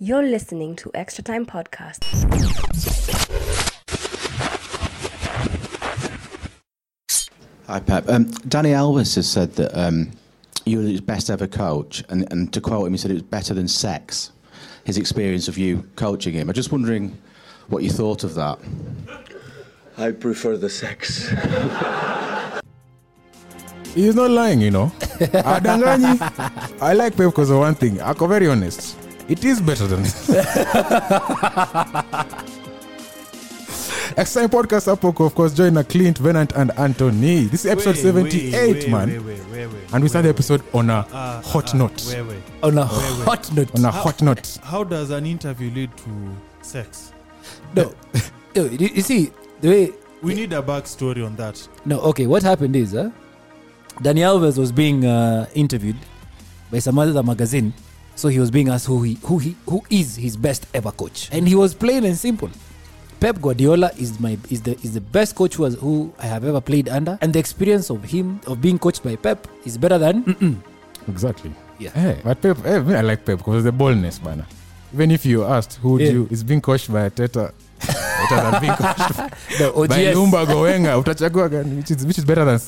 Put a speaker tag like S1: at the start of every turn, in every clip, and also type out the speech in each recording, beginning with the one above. S1: You're listening to Extra Time Podcast.
S2: Hi, Pep. Um, Danny Elvis has said that um, you were his best ever coach, and, and to quote him, he said it was better than sex, his experience of you coaching him. I'm just wondering what you thought of that.
S3: I prefer the sex.
S4: He's not lying, you know. Adanganyi. I like Pep because of one thing. I'm very honest. It is better than. Next time podcast Apoko, of course, join a Clint, Venant, and Anthony. This is episode 78, man. and we start the episode on a hot note.
S5: on a hot note.
S4: on a hot note.
S6: How does an interview lead to sex?
S5: No, Yo, you, you see the way.
S6: We need a backstory on that.
S5: No, okay. What happened is, huh? Danny Alves was being uh, interviewed by some other magazine, so he was being asked who he who he who is his best ever coach, and he was plain and simple. Pep Guardiola is my is the is the best coach who, has, who I have ever played under, and the experience of him of being coached by Pep is better than
S4: Exactly.
S5: Yeah.
S4: Eh, but Pep, eh, me, I like Pep because the boldness, man. Even if you asked who do
S5: Yeah.
S4: you, it's being coached by Teta. Teta than being coached by,
S5: the
S4: by
S5: OGS.
S4: Lumba Goenga. Utachagua gani? Which is, which is better than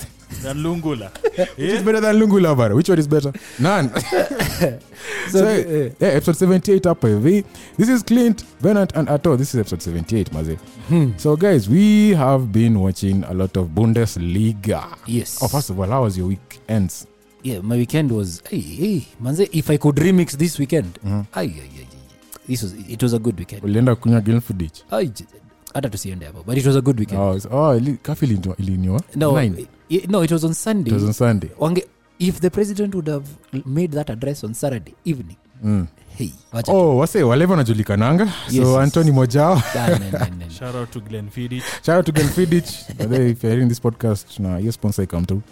S6: Than Lungula.
S4: Which is better than Lungu Lover? Which one is better? None. so,
S5: eh.
S4: yeah, episode 78 up hivi. This is Clint, Bennett, and Ato. This is episode 78, Maze.
S5: Hmm.
S4: So, guys, we have been watching a lot of Bundesliga.
S5: Yes.
S4: Oh, first of all, how was your weekends?
S5: yeah, my weekend was hey, hey, manze, if I could remix this weekend,
S4: Mm-hmm.
S5: ay, ay, ay, ay, this was it was a good weekend.
S4: Ulienda kunywa Gilfudich?
S5: Ay, j- hata tusiende hapo but it was a good weekend
S4: Oh, it's- oh ili- kafi iliniwa- iliniwa?
S5: no,
S4: Nine.
S5: i- no it was on sunday
S4: It was on Sunday.
S5: Wange, if the president would have made that address on saturday evening hey wacha tu-
S4: Mm. Oh, wase waleva wanajulikananga so
S5: Yes, yes.
S4: antony mojao
S5: Ah, no, no, no, no.
S6: Shout out to Glenn Fiddich.
S4: shout out to Gilfidich. By the way, if you're hearing this podcast na your sponsor come to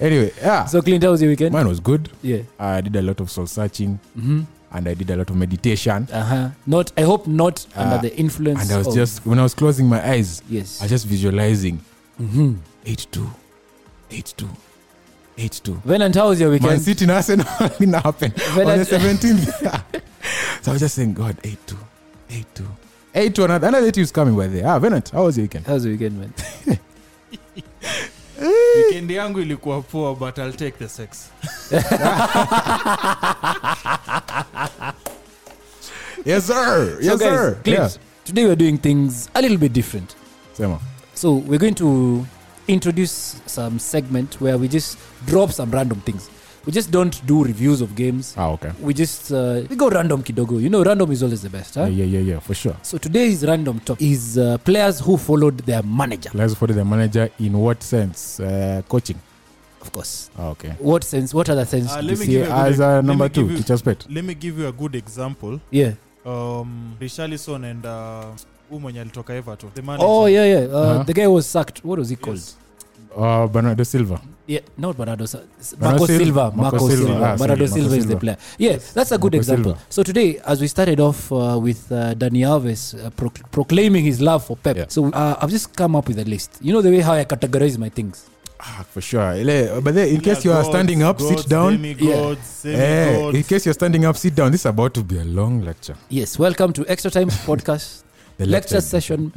S4: anyway yeah
S5: so clint how was your weekend
S4: mine was good
S5: yeah
S4: I did a lot of soul searching
S5: Mm-hmm.
S4: and I did a lot of meditation.
S5: uh-huh not i hope not
S4: Uh,
S5: under the influence
S4: And I was
S5: of,
S4: just, when I was closing my eyes,
S5: Oh. yes Mm-hmm.
S4: I was just visualizing 8 2, 8 2, 8 2.
S5: venant how was your
S4: Man
S5: weekend
S4: City and Arsenal didn't happen
S5: When
S4: on
S5: I-
S4: the 17th. so I was just saying, God, 8 2, 8 2. 8 2, another, another 8 is coming by there. Ah, Venant, how was your weekend?
S5: how was your weekend man
S6: Weekend yangu ilikuwa poor, but I'll take the sex.
S4: yes, sir.
S5: so
S4: Yes,
S5: guys
S4: sir.
S5: clint today we're doing things a little bit different
S4: Yeah. Sema.
S5: So we're going to introduce some segment where we just drop some random things. We just don't do reviews of games.
S4: Ah, okay.
S5: We just uh, we go random kidogo. You know, random is always the best. Huh?
S4: Yeah, yeah, yeah, yeah, for sure.
S5: So today's random talk is uh, players who followed their manager.
S4: Let's follow the manager in what sense? Uh, coaching.
S5: Of course.
S4: Ah, okay.
S5: What sense? What other sense?
S6: Uh,
S5: do
S6: let
S5: you
S6: me
S5: see?
S6: give you a good
S4: As
S6: ex-
S4: uh,
S6: let me
S4: number two,
S6: give you-
S4: teacher's pet.
S6: Let me give you a good example.
S5: yeah.
S6: Um, Richarlison and uh, who mwenye alitoka Everton. The manager.
S5: Oh yeah, yeah. Uh,
S4: Uh-huh.
S5: The guy was sacked. What was he called?
S6: Yes.
S4: Uh, Bernardo Silva.
S5: Yeah, not Bernardo Sa-
S4: Bernardo
S5: Marco
S4: Silva.
S5: Silva.
S4: Marco
S5: Marco
S4: Silva.
S5: Silva.
S4: Ah, sorry,
S5: Bernardo
S4: Marco
S5: Silva is the
S4: Silva.
S5: player. Yeah, that's a good
S4: Marco
S5: example.
S4: Silva.
S5: So today, as we started off uh, with uh, Dani Alves uh, pro- proclaiming his love for Pep,
S4: Yeah.
S5: so uh, I've just come up with a list. You know the way how I categorize my things.
S4: Ah, for sure. Ile- But then, in case you are standing up, sit down.
S6: Demigods,
S4: Eh, in
S6: demigods.
S4: case you're standing up, sit down. This is about to be a long lecture.
S5: Yes, welcome to Extra Time Podcast
S4: The
S5: lecture session.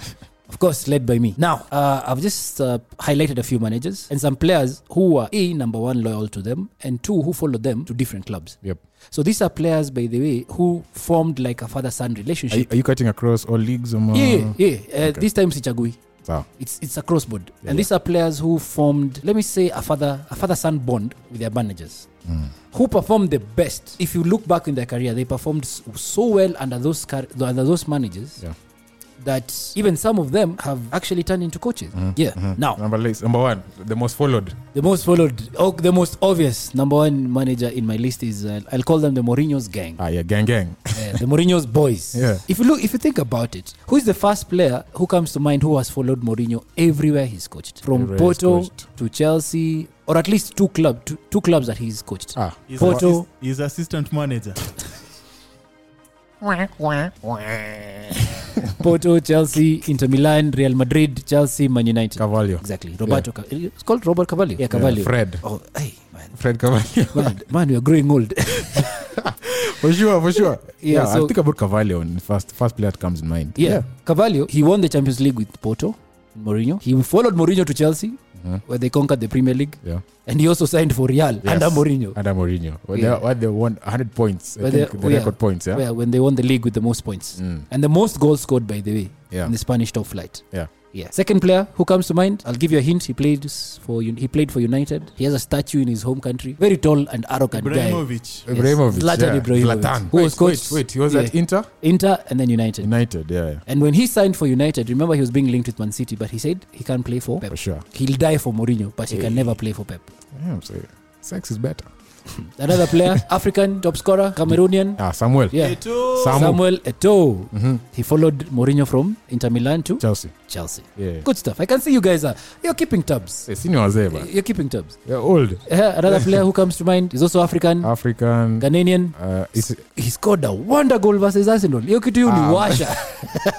S5: Of course, led by me. Now, uh, I've just uh, highlighted a few managers and some players who were A, number one, loyal to them, and two, who followed them to different clubs.
S4: Yep.
S5: So these are players, by the way, who formed like a father son
S4: Are,
S5: relationship.
S4: you- are you cutting across all leagues? Um,
S5: yeah, yeah. Uh, This time sichagui.
S4: Sawa.
S5: It's it's a crossboard,
S4: Yeah,
S5: and
S4: yeah.
S5: these are players who formed, let me say, a father a father son bond with their managers,
S4: Hmm.
S5: who performed the best. If you look back in their career, they performed s- so well under those car- under those managers
S4: Yeah.
S5: that even some of them have actually turned into coaches.
S4: Hmm.
S5: Yeah. Now,
S4: Number, list, number one, the most followed.
S5: the most followed, oh, the most obvious number one manager in my list is uh, I'll call them the Mourinho's gang.
S4: Ah, yeah, gang, gang.
S5: Yeah, uh, the Mourinho's boys.
S4: Yeah.
S5: If you look, if you think about it, who is the first player who comes to mind who has followed Mourinho everywhere he's coached, from
S4: Everywhere he's
S5: Porto
S4: coached.
S5: to Chelsea, or at least two club, two, two clubs that he's coached.
S4: Ah,
S6: He's
S5: Porto.
S6: assist- He's assistant manager.
S5: Porto, Chelsea, Inter Milan, Real Madrid, Chelsea, Man United.
S4: Cavallo.
S5: Exactly, Roberto. Ca- It's called Robert Cavallo. Yeah, Cavallo.
S4: Fred.
S5: Oh, hey, man,
S4: Fred Cavallo.
S5: man, man, we are growing old.
S4: for sure, for sure. Yeah,
S5: Yeah,
S4: I
S5: so-
S4: think about Cavalio on first first player that comes in mind.
S5: yeah. Cavallo, he won the Champions League with Porto and Mourinho. He followed Mourinho to Chelsea,
S4: Mhm.
S5: where they conquered the Premier League,
S4: yeah.
S5: and he also signed for Real under Mourinho,
S4: Under Mourinho. Well,
S5: Yeah.
S4: they, what they won 100 points. I
S5: But
S4: think
S5: they-
S4: the
S5: oh, yeah.
S4: record points, yeah.
S5: where when they won the league with the most points
S4: Mm,
S5: and the most goals scored, by the way,
S4: yeah.
S5: in the Spanish top flight.
S4: Yeah.
S5: Yeah. Second player who comes to mind, I'll give you a hint. He played for Un- he played for United. He has a statue in his home country. Very tall and arrogant guy.
S6: Ibrahimovic.
S5: Yes.
S4: Ibrahimovic.
S5: Zlatan
S4: yeah.
S5: Ibrahimovic,
S4: Zlatan.
S5: who was
S4: wait,
S5: coached-
S4: wait, wait, he was at
S5: Yeah.
S4: Inter?
S5: Inter and then United.
S4: United, yeah, yeah.
S5: And when he signed for United, remember he was being linked with Man City, but he said he can't play for Pep.
S4: For sure.
S5: He'll die for Mourinho, but he can never play for Pep.
S4: Yeah, I'm saying. Sex is better.
S5: Another player, African top scorer, Cameroonian.
S4: Ah, Samuel.
S5: Yeah.
S6: Eto'o.
S4: Samu.
S5: Samuel Eto'o.
S4: Mhm.
S5: He followed Mourinho from Inter Milan to
S4: Chelsea.
S5: Chelsea.
S4: Yeah.
S5: Good stuff. I can see you guys are you're keeping tabs.
S4: Hey, senior was there, but
S5: You're keeping tabs.
S4: You're old.
S5: Eh, Another player who comes to mind is also
S4: Ah.
S5: African,
S4: African.
S5: Ghanaian.
S4: Uh, it's,
S5: He scored a wonder goal versus Arsenal. Hiyo kitu hiyo ni
S4: Ah.
S5: washa.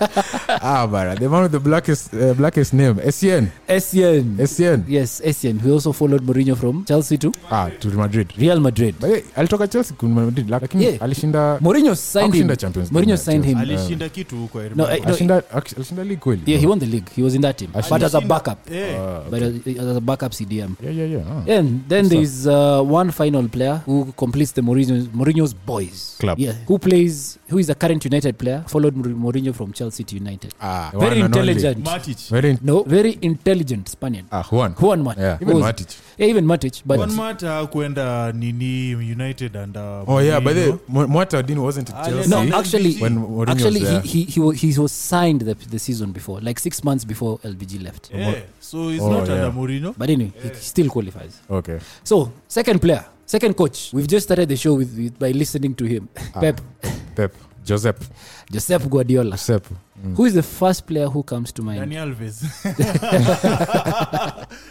S4: ah, but the man with the blackest uh, blackest name, Essien.
S5: Essien.
S4: Essien.
S5: Yes, Essien. He also followed Mourinho from Chelsea to
S4: Ah, to Madrid.
S5: Real Madrid.
S4: But yeah, alitoka Chelsea kuna Madrid, lakini
S5: Yeah.
S4: alishinda
S5: Mourinho signed him.
S4: Hakushinda Champions League
S5: Mourinho
S4: na
S5: signed him.
S6: alishinda kitu huko I
S5: No, I-
S6: remember.
S5: no,
S4: alishinda alishinda league kweli.
S5: yeah, he won the league. He was in that team, but as a
S6: Alishinda-
S5: backup.
S6: Eh,
S4: Ah,
S5: But as, as a backup CDM.
S4: yeah, yeah, yeah. Ah.
S5: And then there is uh, one final player who completes the Mourinho, Mourinho's boys
S4: Club.
S5: Yeah, who plays? Who is a current United player? Followed Mour- Mourinho from Chelsea to United.
S4: Ah, the
S5: very
S4: one and only.
S5: intelligent.
S6: Matic.
S4: Very in-
S5: no, very intelligent Spanian.
S4: ah, Juan.
S5: Juan Matic.
S4: Yeah,
S5: Who
S4: even
S5: was-
S4: Matic.
S5: Yeah, even Matic. But
S6: One mata kwenda nini united and uh,
S4: Oh yeah, but
S6: Mourinho.
S4: the Mo- Morata didn't wasn't at
S6: Ah,
S4: Chelsea.
S5: no,
S6: See?
S5: actually,
S4: when Mourinho
S5: actually,
S4: was there.
S5: he, he, he, was, he was signed the, the season before, like six months before LBG left.
S6: Eh, so he's
S4: Oh,
S6: not
S4: yeah.
S6: under Mourinho.
S5: But anyway, he still qualifies.
S4: okay.
S5: So, second player, second coach. We've just started the show with, with by listening to him.
S4: Ah.
S5: Pep,
S4: Pep, Josep,
S5: Josep Guardiola.
S4: Josep.
S5: Who is the first player who comes to mind?
S6: Dani Alves.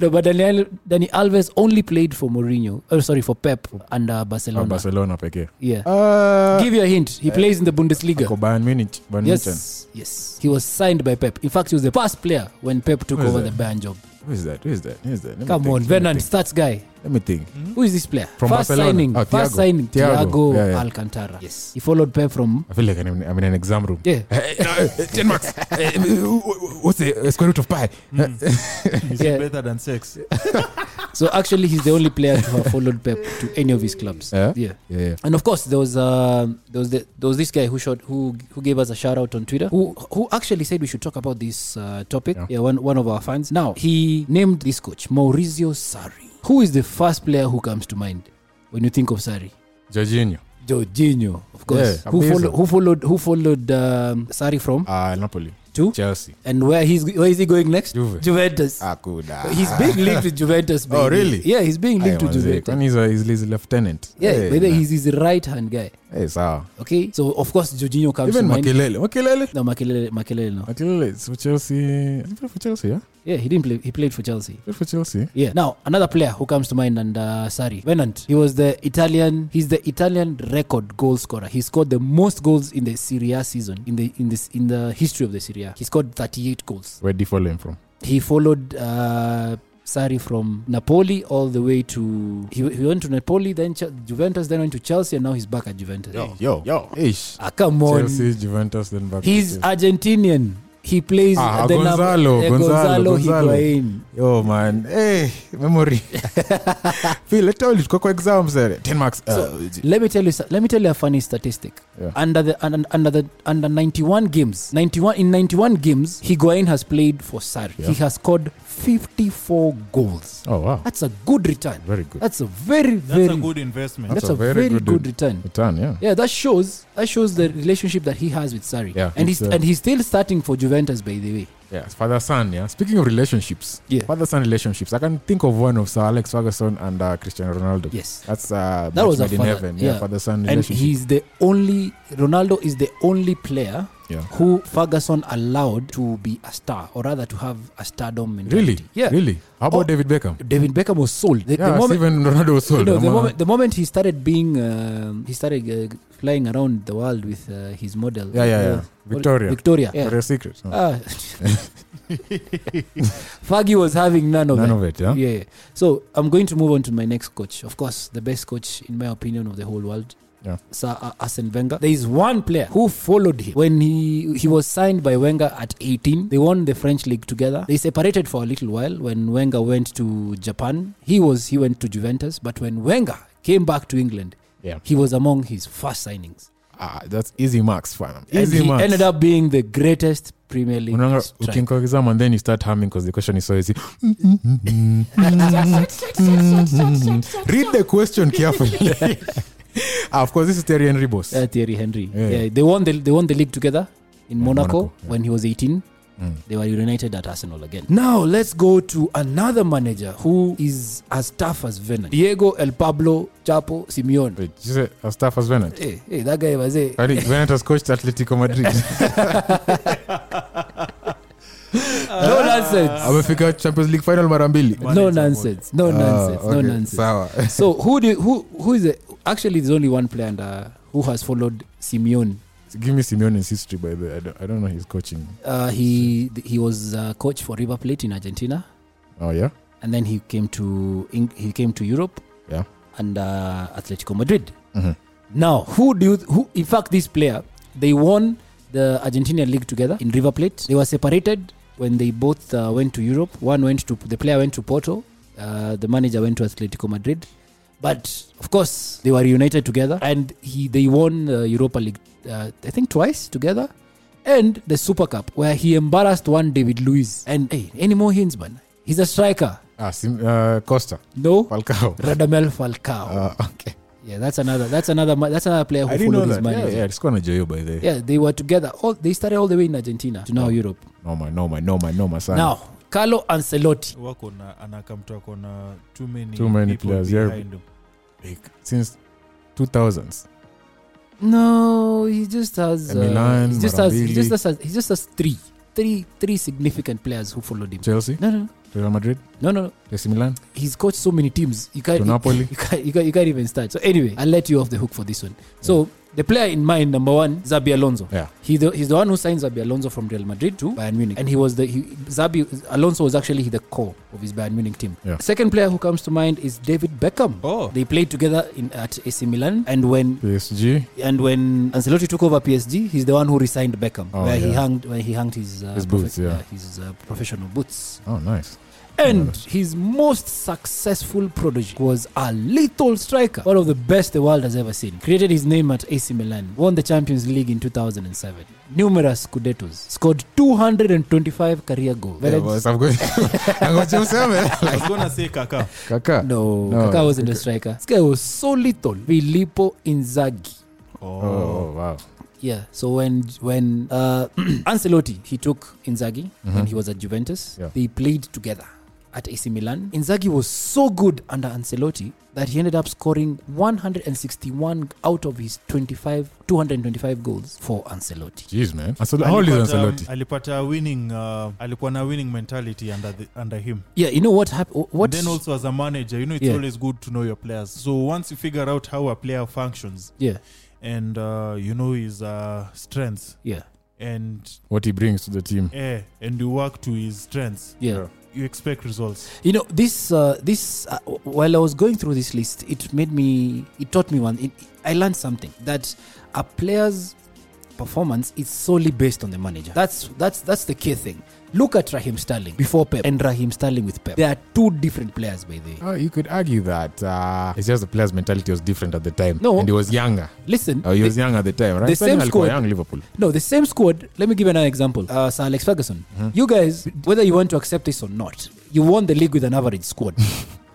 S5: No, but Daniel, Dani Alves only played for Mourinho. Oh, sorry, for Pep under Barcelona.
S4: Oh, Barcelona, Ah, Barcelona pekee.
S5: Yeah.
S4: Uh,
S5: Give you a hint. He plays in the Bundesliga.
S4: ako Bayern Munich, Bayern Munich.
S5: Yes. Yes. He was signed by Pep. In fact, he was the first player when Pep took
S4: Who is
S5: over
S4: that?
S5: the Bayern job.
S4: Who is that? Who is that? Who is that? Let me
S5: Come
S4: think,
S5: on,
S4: let me
S5: Vernon,
S4: think,
S5: stats guy.
S4: Let me think.
S5: Who is this player?
S4: From
S5: first
S4: Barcelona.
S5: signing.
S4: Oh,
S5: first
S4: Thiago.
S5: signing.
S4: Thiago.
S5: Thiago
S4: Yeah, yeah.
S5: Alcantara. Yes. He followed Pep from.
S4: I feel like I'm in, I'm in an exam room. Eh,
S5: Yeah.
S4: Ten marks. Eh, What's the uh, square root of pi?
S5: Hmm.
S6: He's
S5: Yeah.
S6: better than sex.
S5: So actually, he's the only player to have followed Pep to any of his clubs.
S4: Yeah?
S5: Yeah.
S4: Yeah.
S5: And of course, there was uh, there was the, there was this guy who shot who who gave us a shout out on Twitter, who who actually said we should talk about this uh, topic.
S4: Yeah.
S5: Yeah, one one of our fans. Now he named this coach Maurizio Sarri. Who is the first player who comes to mind when you think of Sarri?
S4: Jorginho.
S5: Jorginho, of course.
S4: Yeah,
S5: who,
S4: amazing.
S5: follow, who followed who followed um, Sarri from
S4: Uh, Napoli.
S5: to
S4: Chelsea. Ah,
S5: and where he's where is he going next?
S4: Juve.
S5: Juventus.
S4: Akuda.
S5: He's being linked with Juventus.
S4: Oh,
S5: baby.
S4: really?
S5: Yeah, he's being linked to Juventus.
S4: When he's, a, he's, he's a lieutenant.
S5: Yeah,
S4: Hey,
S5: but then
S4: nah.
S5: he's his right hand guy.
S4: Hey, sawa.
S5: Okay, so of course Jorginho comes
S4: Even
S5: to mind.
S4: Makelele. Makelele.
S5: No, Makelele, Makelele, no.
S4: Makelele. It's for Chelsea. He played for Chelsea, yeah?
S5: Yeah, he didn't play. He played for Chelsea.
S4: Played for Chelsea.
S5: Yeah. Now another player who comes to mind and uh, Sari Venant. He was the Italian. He's the Italian record goal scorer. He scored the most goals in the Serie A season in the in this in the history of the Serie A. He scored 38 goals.
S4: Where did he follow him from?
S5: He followed. Uh, Sari from Napoli all the way to he, he went to Napoli, then Ch- Juventus, then went to Chelsea, and now he's back at Juventus.
S4: Yo. Yo. Ish.
S5: Ah, come on,
S4: Chelsea, Juventus, then back. to
S5: he's
S4: Chelsea.
S5: Argentinian. He plays
S4: Ah,
S5: the number-
S4: Gonzalo,
S5: eh,
S4: Gonzalo,
S5: Gonzalo,
S4: Gonzalo.
S5: Higuain.
S4: Yo, man. Hey, memory. Phil, let's tell you. Coco exams. eh, 10 marks. Uh,
S5: let me tell you so- let me tell you a funny statistic
S4: Yeah.
S5: under the under, under the under 91 games 91 in 91 games Higuain has played for Sarri
S4: Yeah.
S5: he has scored 54 goals
S4: oh, wow.
S5: that's a good return
S4: Very good.
S5: that's a very very
S6: That's a good investment.
S5: that's a very, good, return
S4: Return, yeah.
S5: yeah that shows that shows the relationship that he has with Sarri
S4: Yeah,
S5: and
S4: it's,
S5: he's
S4: uh,
S5: and he's still starting for Juventus by the way
S4: Yeah, it's father son. Yeah. Speaking of relationships,
S5: Yeah.
S4: father son relationships. I can think of one of Sir Alex Ferguson and uh, Cristiano Ronaldo.
S5: yes
S4: That's uh,
S5: That was
S4: match
S5: a
S4: made in
S5: father-
S4: heaven. Yeah,
S5: yeah.
S4: father son
S5: and
S4: relationship.
S5: he's the only Ronaldo is the only player
S4: Yeah.
S5: who Ferguson allowed to be a star, or rather to have a stardom mentality.
S4: Really?
S5: Yeah.
S4: Really? How about
S5: Oh,
S4: David Beckham?
S5: David Beckham was sold. The, the
S4: Yeah,
S5: moment,
S4: Steven Ronaldo was sold.
S5: you know, the,
S4: Ama-
S5: moment, the moment he started being, um, he started uh, flying around the world with uh, his model.
S4: Yeah, yeah, yeah.
S5: Uh,
S4: Victoria.
S5: Victoria. Yeah.
S4: Victoria's Secret. Oh.
S5: Ah. Fergie was having none of
S4: None
S5: it.
S4: of it, yeah?
S5: yeah. yeah. So I'm going to move on to my next coach. Of course, the best coach in my opinion of the whole world.
S4: Yeah.
S5: Sir A- Arsene Wenger. There is one player who followed him when he he was signed by Wenger at 18. They won the French league together. They separated for a little while when Wenger went to Japan. He was he went to Juventus, but when Wenger came back to England,
S4: Yeah.
S5: he was among his first signings.
S4: Ah, that's easy marks, fam.
S5: and
S4: Easy
S5: he
S4: marks.
S5: ended up being the greatest Premier League
S4: Unaanga-
S5: striker.
S4: ukiingia exam and then you start humming because the question is so easy. Read the question carefully. Ah, of course, this is Terry Henry boss.
S5: uh, Thierry Henry.
S4: Yeah.
S5: Yeah. they won the they won the league together in Monaco,
S4: Monaco, yeah.
S5: when he was 18. They were reunited at Arsenal again. Now let's go to another manager who is as tough as Venom. Diego El Pablo Chapo Simeone.
S4: Wait, you said Astafas Venant.
S5: Hey, hey, that guy was a
S4: Kwani Venant has coached Atletico Madrid.
S5: no nonsense.
S4: Amefika Champions League final mara mbili.
S5: No nonsense. No
S4: Ah,
S5: nonsense. No
S4: okay,
S5: nonsense.
S4: Sawa.
S5: So who do you- who who is a, actually there's only one player and, uh, wone has followed Simeone
S4: Give me Simeone's history by the way. I don't, I don't know his coaching.
S5: uh, he he was uh, coach for River Plate in Argentina
S4: Oh yeah.
S5: and then he came to Eng- he came to Europe
S4: Yeah.
S5: and uh, Atletico Madrid.
S4: Mhm.
S5: Now, who do you, who? In fact, this player they won the Argentinian league together in River Plate. They were separated when they both uh, went to Europe. One went to the player went to Porto, uh, the manager went to Atletico Madrid. But of course, they were reunited together, and he they won the Europa League, uh, I think twice together, and the Super Cup where he embarrassed one David Luiz. And hey, any more hints, man? He's a striker.
S4: Ah, Sim, uh, Costa
S5: No,
S4: Falcao.
S5: Radamel Falcao.
S4: Ah, okay.
S5: yeah, that's another. That's another. ma- That's another player
S4: I
S5: who
S4: didn't know
S5: followed his
S4: that. Yeah,
S5: manager.
S4: yeah. Sikuwa najua hiyo by the way.
S5: Yeah, they were together. All they started all the way in Argentina to now
S4: Oh,
S5: Europe.
S4: Noma, noma, noma, noma sana.
S5: Now, Carlo Ancelotti.
S6: wako na anaka mtu ako na uh, too many,
S4: Too many
S6: people
S4: players, yeah.
S6: behind him.
S4: Like, since 2000s.
S5: No, he just has. Uh,
S4: Milan,
S5: he just has.
S4: Marambili.
S5: He just has. He just has three, three, three significant players who followed him.
S4: Chelsea,
S5: No, no,
S4: Real Madrid,
S5: no, no, no.
S4: AC Milan,
S5: He's coached so many teams. You can't.
S4: to
S5: e-
S4: Napoli.
S5: You can't, you, can't, you can't even start. So anyway, I'll let you off the hook for this one. So the player in mind, number one, Zabi Alonso.
S4: Yeah.
S5: He the, he's the one who signed Zabi Alonso from Real Madrid to Bayern Munich, and he was the he, Zabi Alonso was actually the core of his Bayern Munich team.
S4: Yeah.
S5: Second player who comes to mind is David Beckham.
S6: Oh.
S5: They played together in at AC Milan, and when
S4: PSG,
S5: and when Ancelotti took over PSG, he's the one who resigned Beckham,
S4: Oh,
S5: where he
S4: yeah.
S5: hung where he hung his uh,
S4: His boots, yeah.
S5: his uh, professional boots.
S4: Oh, nice.
S5: And his most successful prodigy was a lethal striker, one of the best the world has ever seen. Created his name at AC Milan, won the Champions League in 2007, numerous Scudettos, scored 225 career goals.
S4: Yeah, boss, I'm going. I'm going to
S6: I was gonna say Kaka.
S4: Kaka.
S5: no,
S4: No,
S5: Kaká wasn't a striker. This guy was so lethal. Filippo Inzaghi.
S4: Oh, oh, wow.
S5: Yeah. So when when uh, Ancelotti he took Inzaghi when he was at Juventus,
S4: Yeah.
S5: they played together at AC Milan. Inzaghi was so good under Ancelotti that he ended up scoring 161 out of his 25 225 goals for Ancelotti.
S4: Jeez, man. Ansel- how old is
S6: Alipata, um,
S4: Ancelotti?
S6: alipata winning uh, alikuwa na winning mentality under, the, under him
S5: Yeah, you know what happened? What?
S6: And then also as a manager you know it's
S5: Yeah.
S6: always good to know your players so once you figure out how a player functions
S5: yeah,
S6: and uh, you know his uh, strengths
S5: yeah,
S6: and
S5: um,
S4: What he brings to the team.
S6: eh, and you work to his strengths
S5: yeah.
S6: you expect results
S5: You know this. Uh, this uh, w- while I was going through this list, it made me. It taught me one. It, I learned something that a player's performance is solely based on the manager. That's that's that's the key thing. Look at Raheem Sterling before Pep and Raheem Sterling with Pep. They are two different players, by the way.
S4: Oh, you could argue that uh, it's just the player's mentality was different at the time.
S5: No.
S4: and he was younger.
S5: Listen,
S4: Oh, he
S5: the-
S4: was young at the time, right?
S5: the
S4: Sterling
S5: same
S4: alikuwa
S5: squad-
S4: young Liverpool.
S5: No, the same squad. Let me give another example. Uh, Sir Alex Ferguson. You guys, whether you want to accept this or not, you won the league with an average squad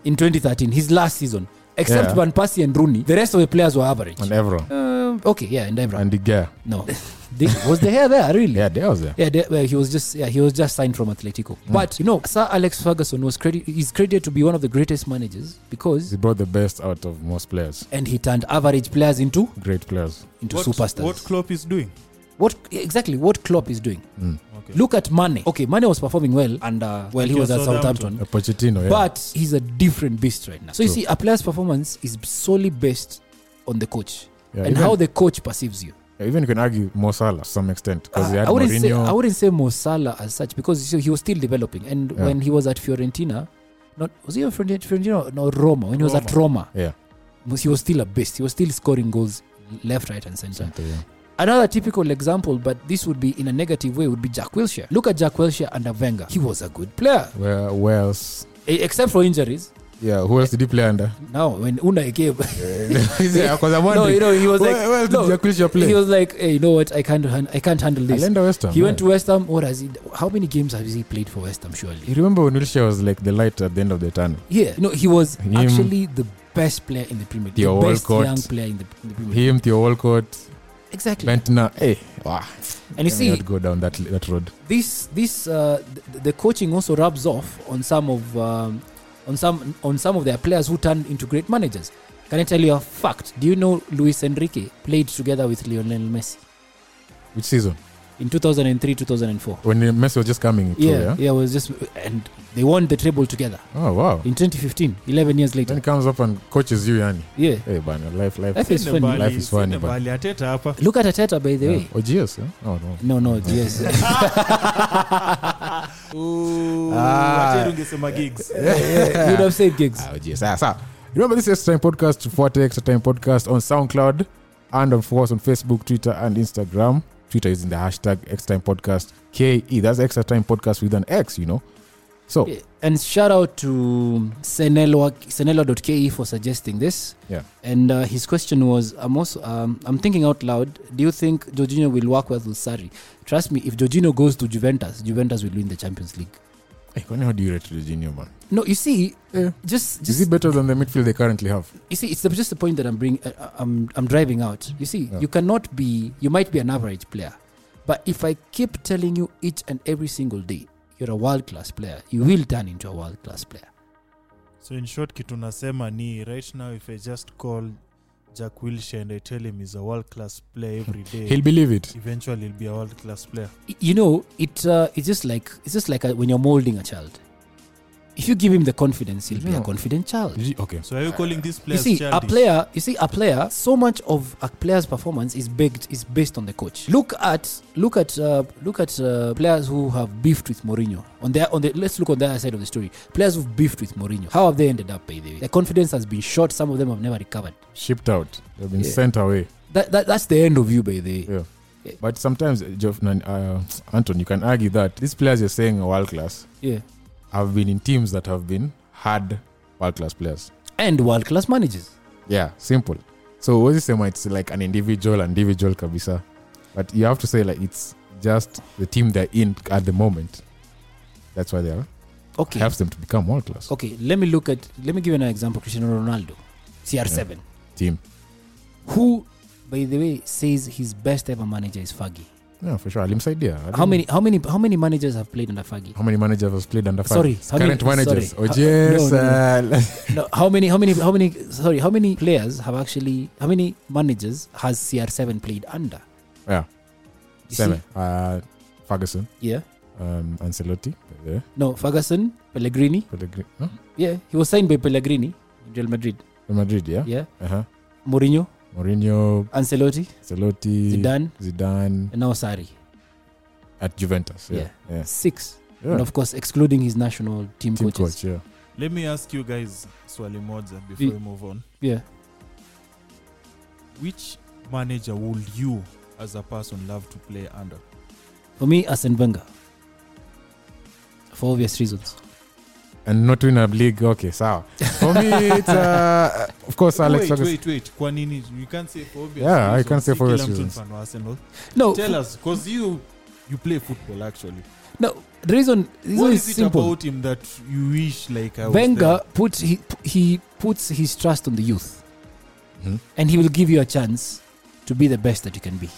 S5: in 2013, his last season. Except
S4: Yeah.
S5: Van Persie and Rooney, the rest of the players were average.
S4: And Evra.
S5: Um, okay, yeah, and Evra.
S4: And De Gea.
S5: no, They- was the hair there really?
S4: Yeah, they was there.
S5: Yeah, they- well, he was just yeah he was just signed from Atletico.
S4: Mm.
S5: But you know, Sir Alex Ferguson was credit is credited to be one of the greatest managers
S4: He
S5: because
S4: brought the best out of most players.
S5: and he turned average players into
S4: Great players.
S5: into
S6: what,
S5: superstars.
S6: what Klopp is doing
S5: what exactly what Klopp is doing.
S4: Mm.
S6: Okay.
S5: Look at Mane. Okay, Mane was performing well, and uh, well, he
S6: Yeah,
S5: was at
S6: Southampton.
S5: Southampton.
S4: Uh, Pochettino, yeah.
S5: But he's a different beast right now. So you
S4: True.
S5: see, a player's performance is solely based on the coach
S4: Yeah,
S5: and
S4: even,
S5: how the coach perceives you.
S4: yeah, even you can argue Mo Salah to some extent because he
S5: I-
S4: had
S5: Ah, I wouldn't say
S4: Mourinho.
S5: I wouldn't say Mo Salah as such because you see, he was still developing. And
S4: Yeah.
S5: when he was at Fiorentina, not was he at Fiorent- Fiorentina? No, Roma. When he was at Roma,
S4: Yeah.
S5: he was still a beast. He was still scoring goals left, right, and centre.
S4: Something, yeah.
S5: Another typical example, but this would be in a negative way, would be Jack Wilshere. Look at Jack Wilshere under Wenger. He was a good player,
S4: Where, where else?
S5: e- except for injuries.
S4: Yeah, who else did he play under? "Ah,
S5: Now, when Unai came,
S4: Because I'm
S5: no,
S4: wondering.
S5: you know, he was
S4: where,
S5: like,
S4: where else
S5: no,
S4: did Jakulisha play?
S5: he was like, hey, you know what? I can't, han- I can't handle this.
S4: Alenda West Ham.
S5: He went
S4: yeah.
S5: to West Ham. What has he? How many games has he played for West Ham? Surely,
S4: You remember when Wilshere was like the light at the end of the tunnel?
S5: yeah. No, he was
S4: Him.
S5: actually the best player in the Premier League,
S4: Theo
S5: the best
S4: Walcott.
S5: young player in the, in the Premier League.
S4: Him, Theo Walcott, eh,
S5: Exactly.
S4: Bentner. Hey, wow.
S5: and you
S4: Can we
S5: see,
S4: not go down that, that road.
S5: this this uh, the, the coaching also rubs off on some of um, on some on some of their players who turn into great managers. Can I tell you a fact? Do you know Luis Enrique played together with Lionel Messi
S4: Which season?
S5: in 2003 2004?
S4: When Messi was just coming. Through,
S5: Yeah,
S4: Oh, yeah.
S5: yeah, it was just and they won the treble together
S4: Oh wow.
S5: in 2015, 11 years
S4: Then
S5: later.
S4: he comes up and coaches you, yani.
S5: Yeah,
S4: Hey, bana, life, life.
S5: Life is
S6: Sina
S5: funny.
S6: bali-
S4: Life is funny,
S6: sina
S4: but-
S6: bali, ateta hapa
S5: look at Ateta by the
S4: Yeah.
S5: way.
S4: Oh, GS, yeah? Oh, no.
S5: No, no, yes.
S6: Ooh,
S4: Ah.
S6: Wacheru ungesema gigs
S5: You'd have said gigs.
S4: Ah, GS. Ah, sir. Remember, this is Extra Time Podcast, Forte Extra Time Podcast on SoundCloud and, of course, on Facebook, Twitter, and Instagram. Twitter using the hashtag Extra Time Podcast KE. That's Extra Time Podcast with an X, you know. So,
S5: Yeah. And shout out to Senelwa, Senelwa.ke for suggesting this.
S4: Yeah.
S5: And uh, his question was, I'm also, um, I'm thinking out loud. Do you think Jorginho will work well with Sarri? Trust me, if Jorginho goes to Juventus, Juventus will win the Champions League.
S4: hey, Kwani, how do you rate Jorginho, man?
S5: No, you see,
S4: Yeah.
S5: just,
S4: Is
S5: just
S4: he better than the midfield they currently have?
S5: you see, it's the, just the point that I'm bringing. Uh, uh, I'm, I'm driving out. You see,
S4: Yeah.
S5: you cannot be. You might be an average player, but if I keep telling you each and every single day, you're a world class player. You will turn into a world class player.
S6: so in short kitu nasema ni right now if i just call jack wilshere and i tell him he's a world class player every day
S4: He'll believe it.
S6: eventually he'll be a world class player
S5: Y- you know it uh, it's just like it's just like a, when you're molding a child if you give him the confidence he'll be
S4: Yeah.
S5: a confident child
S4: Did you- Okay.
S6: so are you calling this
S5: you
S6: player
S5: see
S6: childish?
S5: a player you see a player so much of a player's performance is baked is based on the coach look at look at uh, look at uh, players who have beefed with Mourinho on their on the let's look on the other side of the story players who've beefed with Mourinho how have they ended up by the way their confidence has been shot some of them have never recovered
S4: Shipped out. They've been
S5: Yeah.
S4: sent away.
S5: that, that that's the end of you by the way
S4: Yeah. But sometimes, uh, Jeff, uh, Anton, you can argue that these players you're saying are world class
S5: yeah
S4: have been in teams that have been hard world class players.
S5: and world class managers
S4: Yeah, simple. So Wozisema, it's like an individual, individual kabisa. But you have to say like it's just the team they're in at the moment. That's why they are
S5: okay
S4: helps them to become world class
S5: okay let me look at let me give you an example cristiano ronaldo cr7
S4: team.
S5: who by the way says his best ever manager is Fergie.
S4: Yeah, for sure. Alimsaidia. I
S5: how
S4: don't-
S5: many how many how many managers have played under Fergie?
S4: How many managers has played under?
S5: Sorry,
S4: Fergie?
S5: how
S4: current
S5: many-
S4: managers.
S5: sorry.
S4: Oh
S5: How-
S4: yes,
S5: no,
S4: uh,
S5: no, how many how many how many sorry how many players have actually how many managers has CR7 played under?
S4: Yeah.
S5: You see?
S4: seven. Uh, Ferguson,
S5: Yeah.
S4: um, Ancelotti, yeah,
S5: No, Ferguson, Pellegrini.
S4: Pellegrini, huh?
S5: Yeah, he was signed by Pellegrini, Real Madrid.
S4: Real Madrid, yeah,
S5: Yeah.
S4: Uh-huh.
S5: Mourinho,
S4: Mourinho,
S5: Ancelotti,
S4: Ancelotti,
S5: Zidane,
S4: Zidane
S5: and now Sarri.
S4: at Juventus. Yeah.
S5: Yeah.
S4: Yeah.
S5: Six.
S4: Yeah.
S5: And of course excluding his national team,
S4: Team
S5: coaches.
S4: coach, yeah.
S6: let me ask you guys swali moja before
S5: Y-
S6: we move on
S5: Yeah.
S6: which manager would you as a person love to play under
S5: For me, Arsene Wenger. For obvious reasons.
S4: And not win a league. Okay, so for me, it's uh, of course Alex
S6: wait,
S4: Ferguson.
S6: wait, wait. Kwa nini? You can't say for obvious
S4: Yeah, I
S6: reasons.
S4: can't say
S6: Si
S4: for obvious
S6: kila mtu ni
S4: reasons.
S6: fan wa Arsenal.
S5: No,
S6: Tell us, because you you play football actually.
S5: no. The reason, the reason
S6: what
S5: is
S6: is it
S5: simple.
S6: about him that you wish like I was
S5: Wenger puts he he puts his trust on the youth,
S4: Mhm.
S5: and he will give you a chance to be the best that you can be.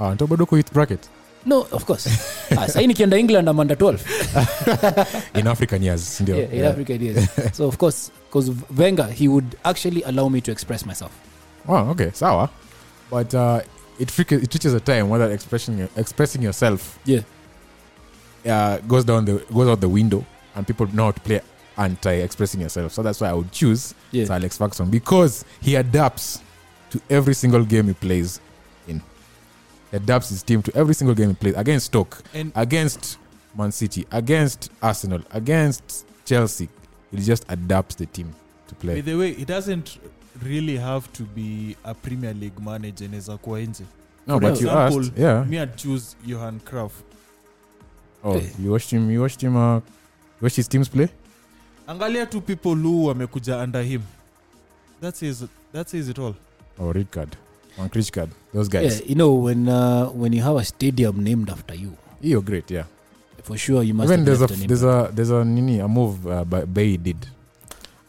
S4: Ah, Anto Badoko hit bracket
S5: No, of course. ah, sahi nikienda England, I'm under 12
S4: in African years. Ndio.
S5: yeah, in Africa it is. so of course, because Wenger, he would actually allow me to express myself.
S4: Oh, okay, sawa. Ah, But uh, it, freak, it reaches a time whether expressing expressing yourself
S5: Yeah.
S4: uh, goes down the goes out the window and people know how to play anti expressing yourself. So that's why I would choose
S5: Yeah.
S4: Sir Alex Ferguson because he adapts to every single game he plays in. He adapts his team to every single game he plays against Stoke,
S6: And-
S4: against Man City, against Arsenal, against Chelsea. He just adapts the team to
S6: by
S4: play.
S6: the way it doesn't really have to be a premier league manager inaweza kuwa nje
S4: No, but you
S6: example,
S4: asked, yeah.
S6: me i'd choose johan Cruyff.
S4: Oh,
S5: Eh.
S4: you watched him. You watched him. Uh, you watched his teams play.
S6: angalia tu people who wamekuja under him that says, that says it all
S4: Oh, red card, one crit card. Those guys.
S5: Yeah, you know when uh, when you have a stadium named after you,
S4: You're great. Yeah.
S5: for sure you must.
S4: Even
S5: have
S4: there's a
S5: left an
S4: there's
S5: impact.
S4: a there's a nini a move uh, Ba- Bay did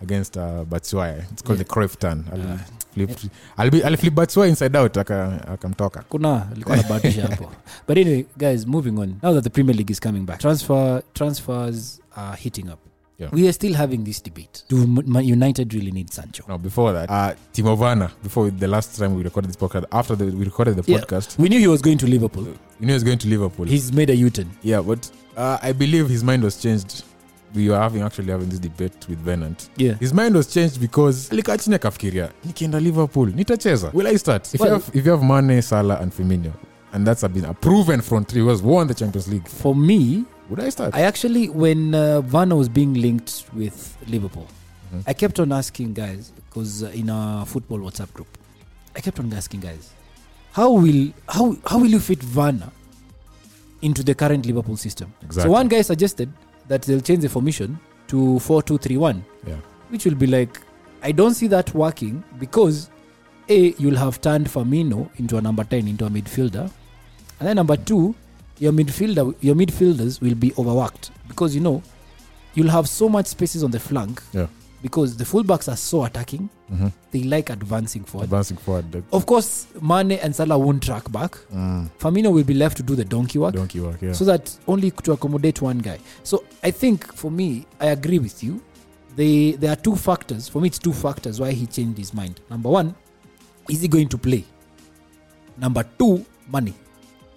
S4: against uh, Batshuayi. It's called
S5: Yeah.
S4: the Cruyff turn. I'll
S5: Ah.
S4: flip. I'll be I'll flip Batshuayi inside out. uh, Aka akamtoka.
S5: kuna alikuwa nabatisha hapo but anyway guys moving on now that the premier league is coming back transfer transfers are hitting up
S4: Yeah.
S5: we are still having this debate do Man united really need sancho
S4: No, before that, uh, Timo Werner. Before the last time we recorded this podcast, after the, we recorded the
S5: Yeah.
S4: podcast,
S5: we knew he was going to liverpool
S4: you know he's going to Liverpool.
S5: he's made a u-turn
S4: yeah, but uh, I believe his mind was changed. We were having actually having this debate with Venant.
S5: yeah
S4: his mind was changed because alikaa chini akafikiria nikienda liverpool nitacheza will i start if,
S5: Well-
S4: you, have, if you have mane sala and feminio and that's been a proven front three who has won the champions league
S5: for me
S4: would i start
S5: i actually when uh, Werner was being linked with liverpool
S4: Mhm.
S5: i kept on asking guys because uh, in our football whatsapp group i kept on asking guys how will how, how will you fit Werner into the current liverpool system
S4: exactly
S5: So one guy suggested that they'll change the formation to 4231.
S4: Yeah.
S5: Which will be like I don't see that working because A you'll have turned Firmino into a number 10 into a midfielder. And then number 2 your midfielder your midfielders will be overworked because you know you'll have so much spaces on the flank.
S4: Yeah.
S5: Because the fullbacks are so attacking.
S4: Mhm.
S5: They like advancing forward.
S4: advancing forward
S5: Of course, Mane and Salah won't track back.
S4: mm,
S5: Firmino will be left to do the donkey work
S4: donkey work yeah
S5: so that only to accommodate one guy so i think for me i agree with you they, there are two factors for me it's two factors why he changed his mind number one is he going to play number two money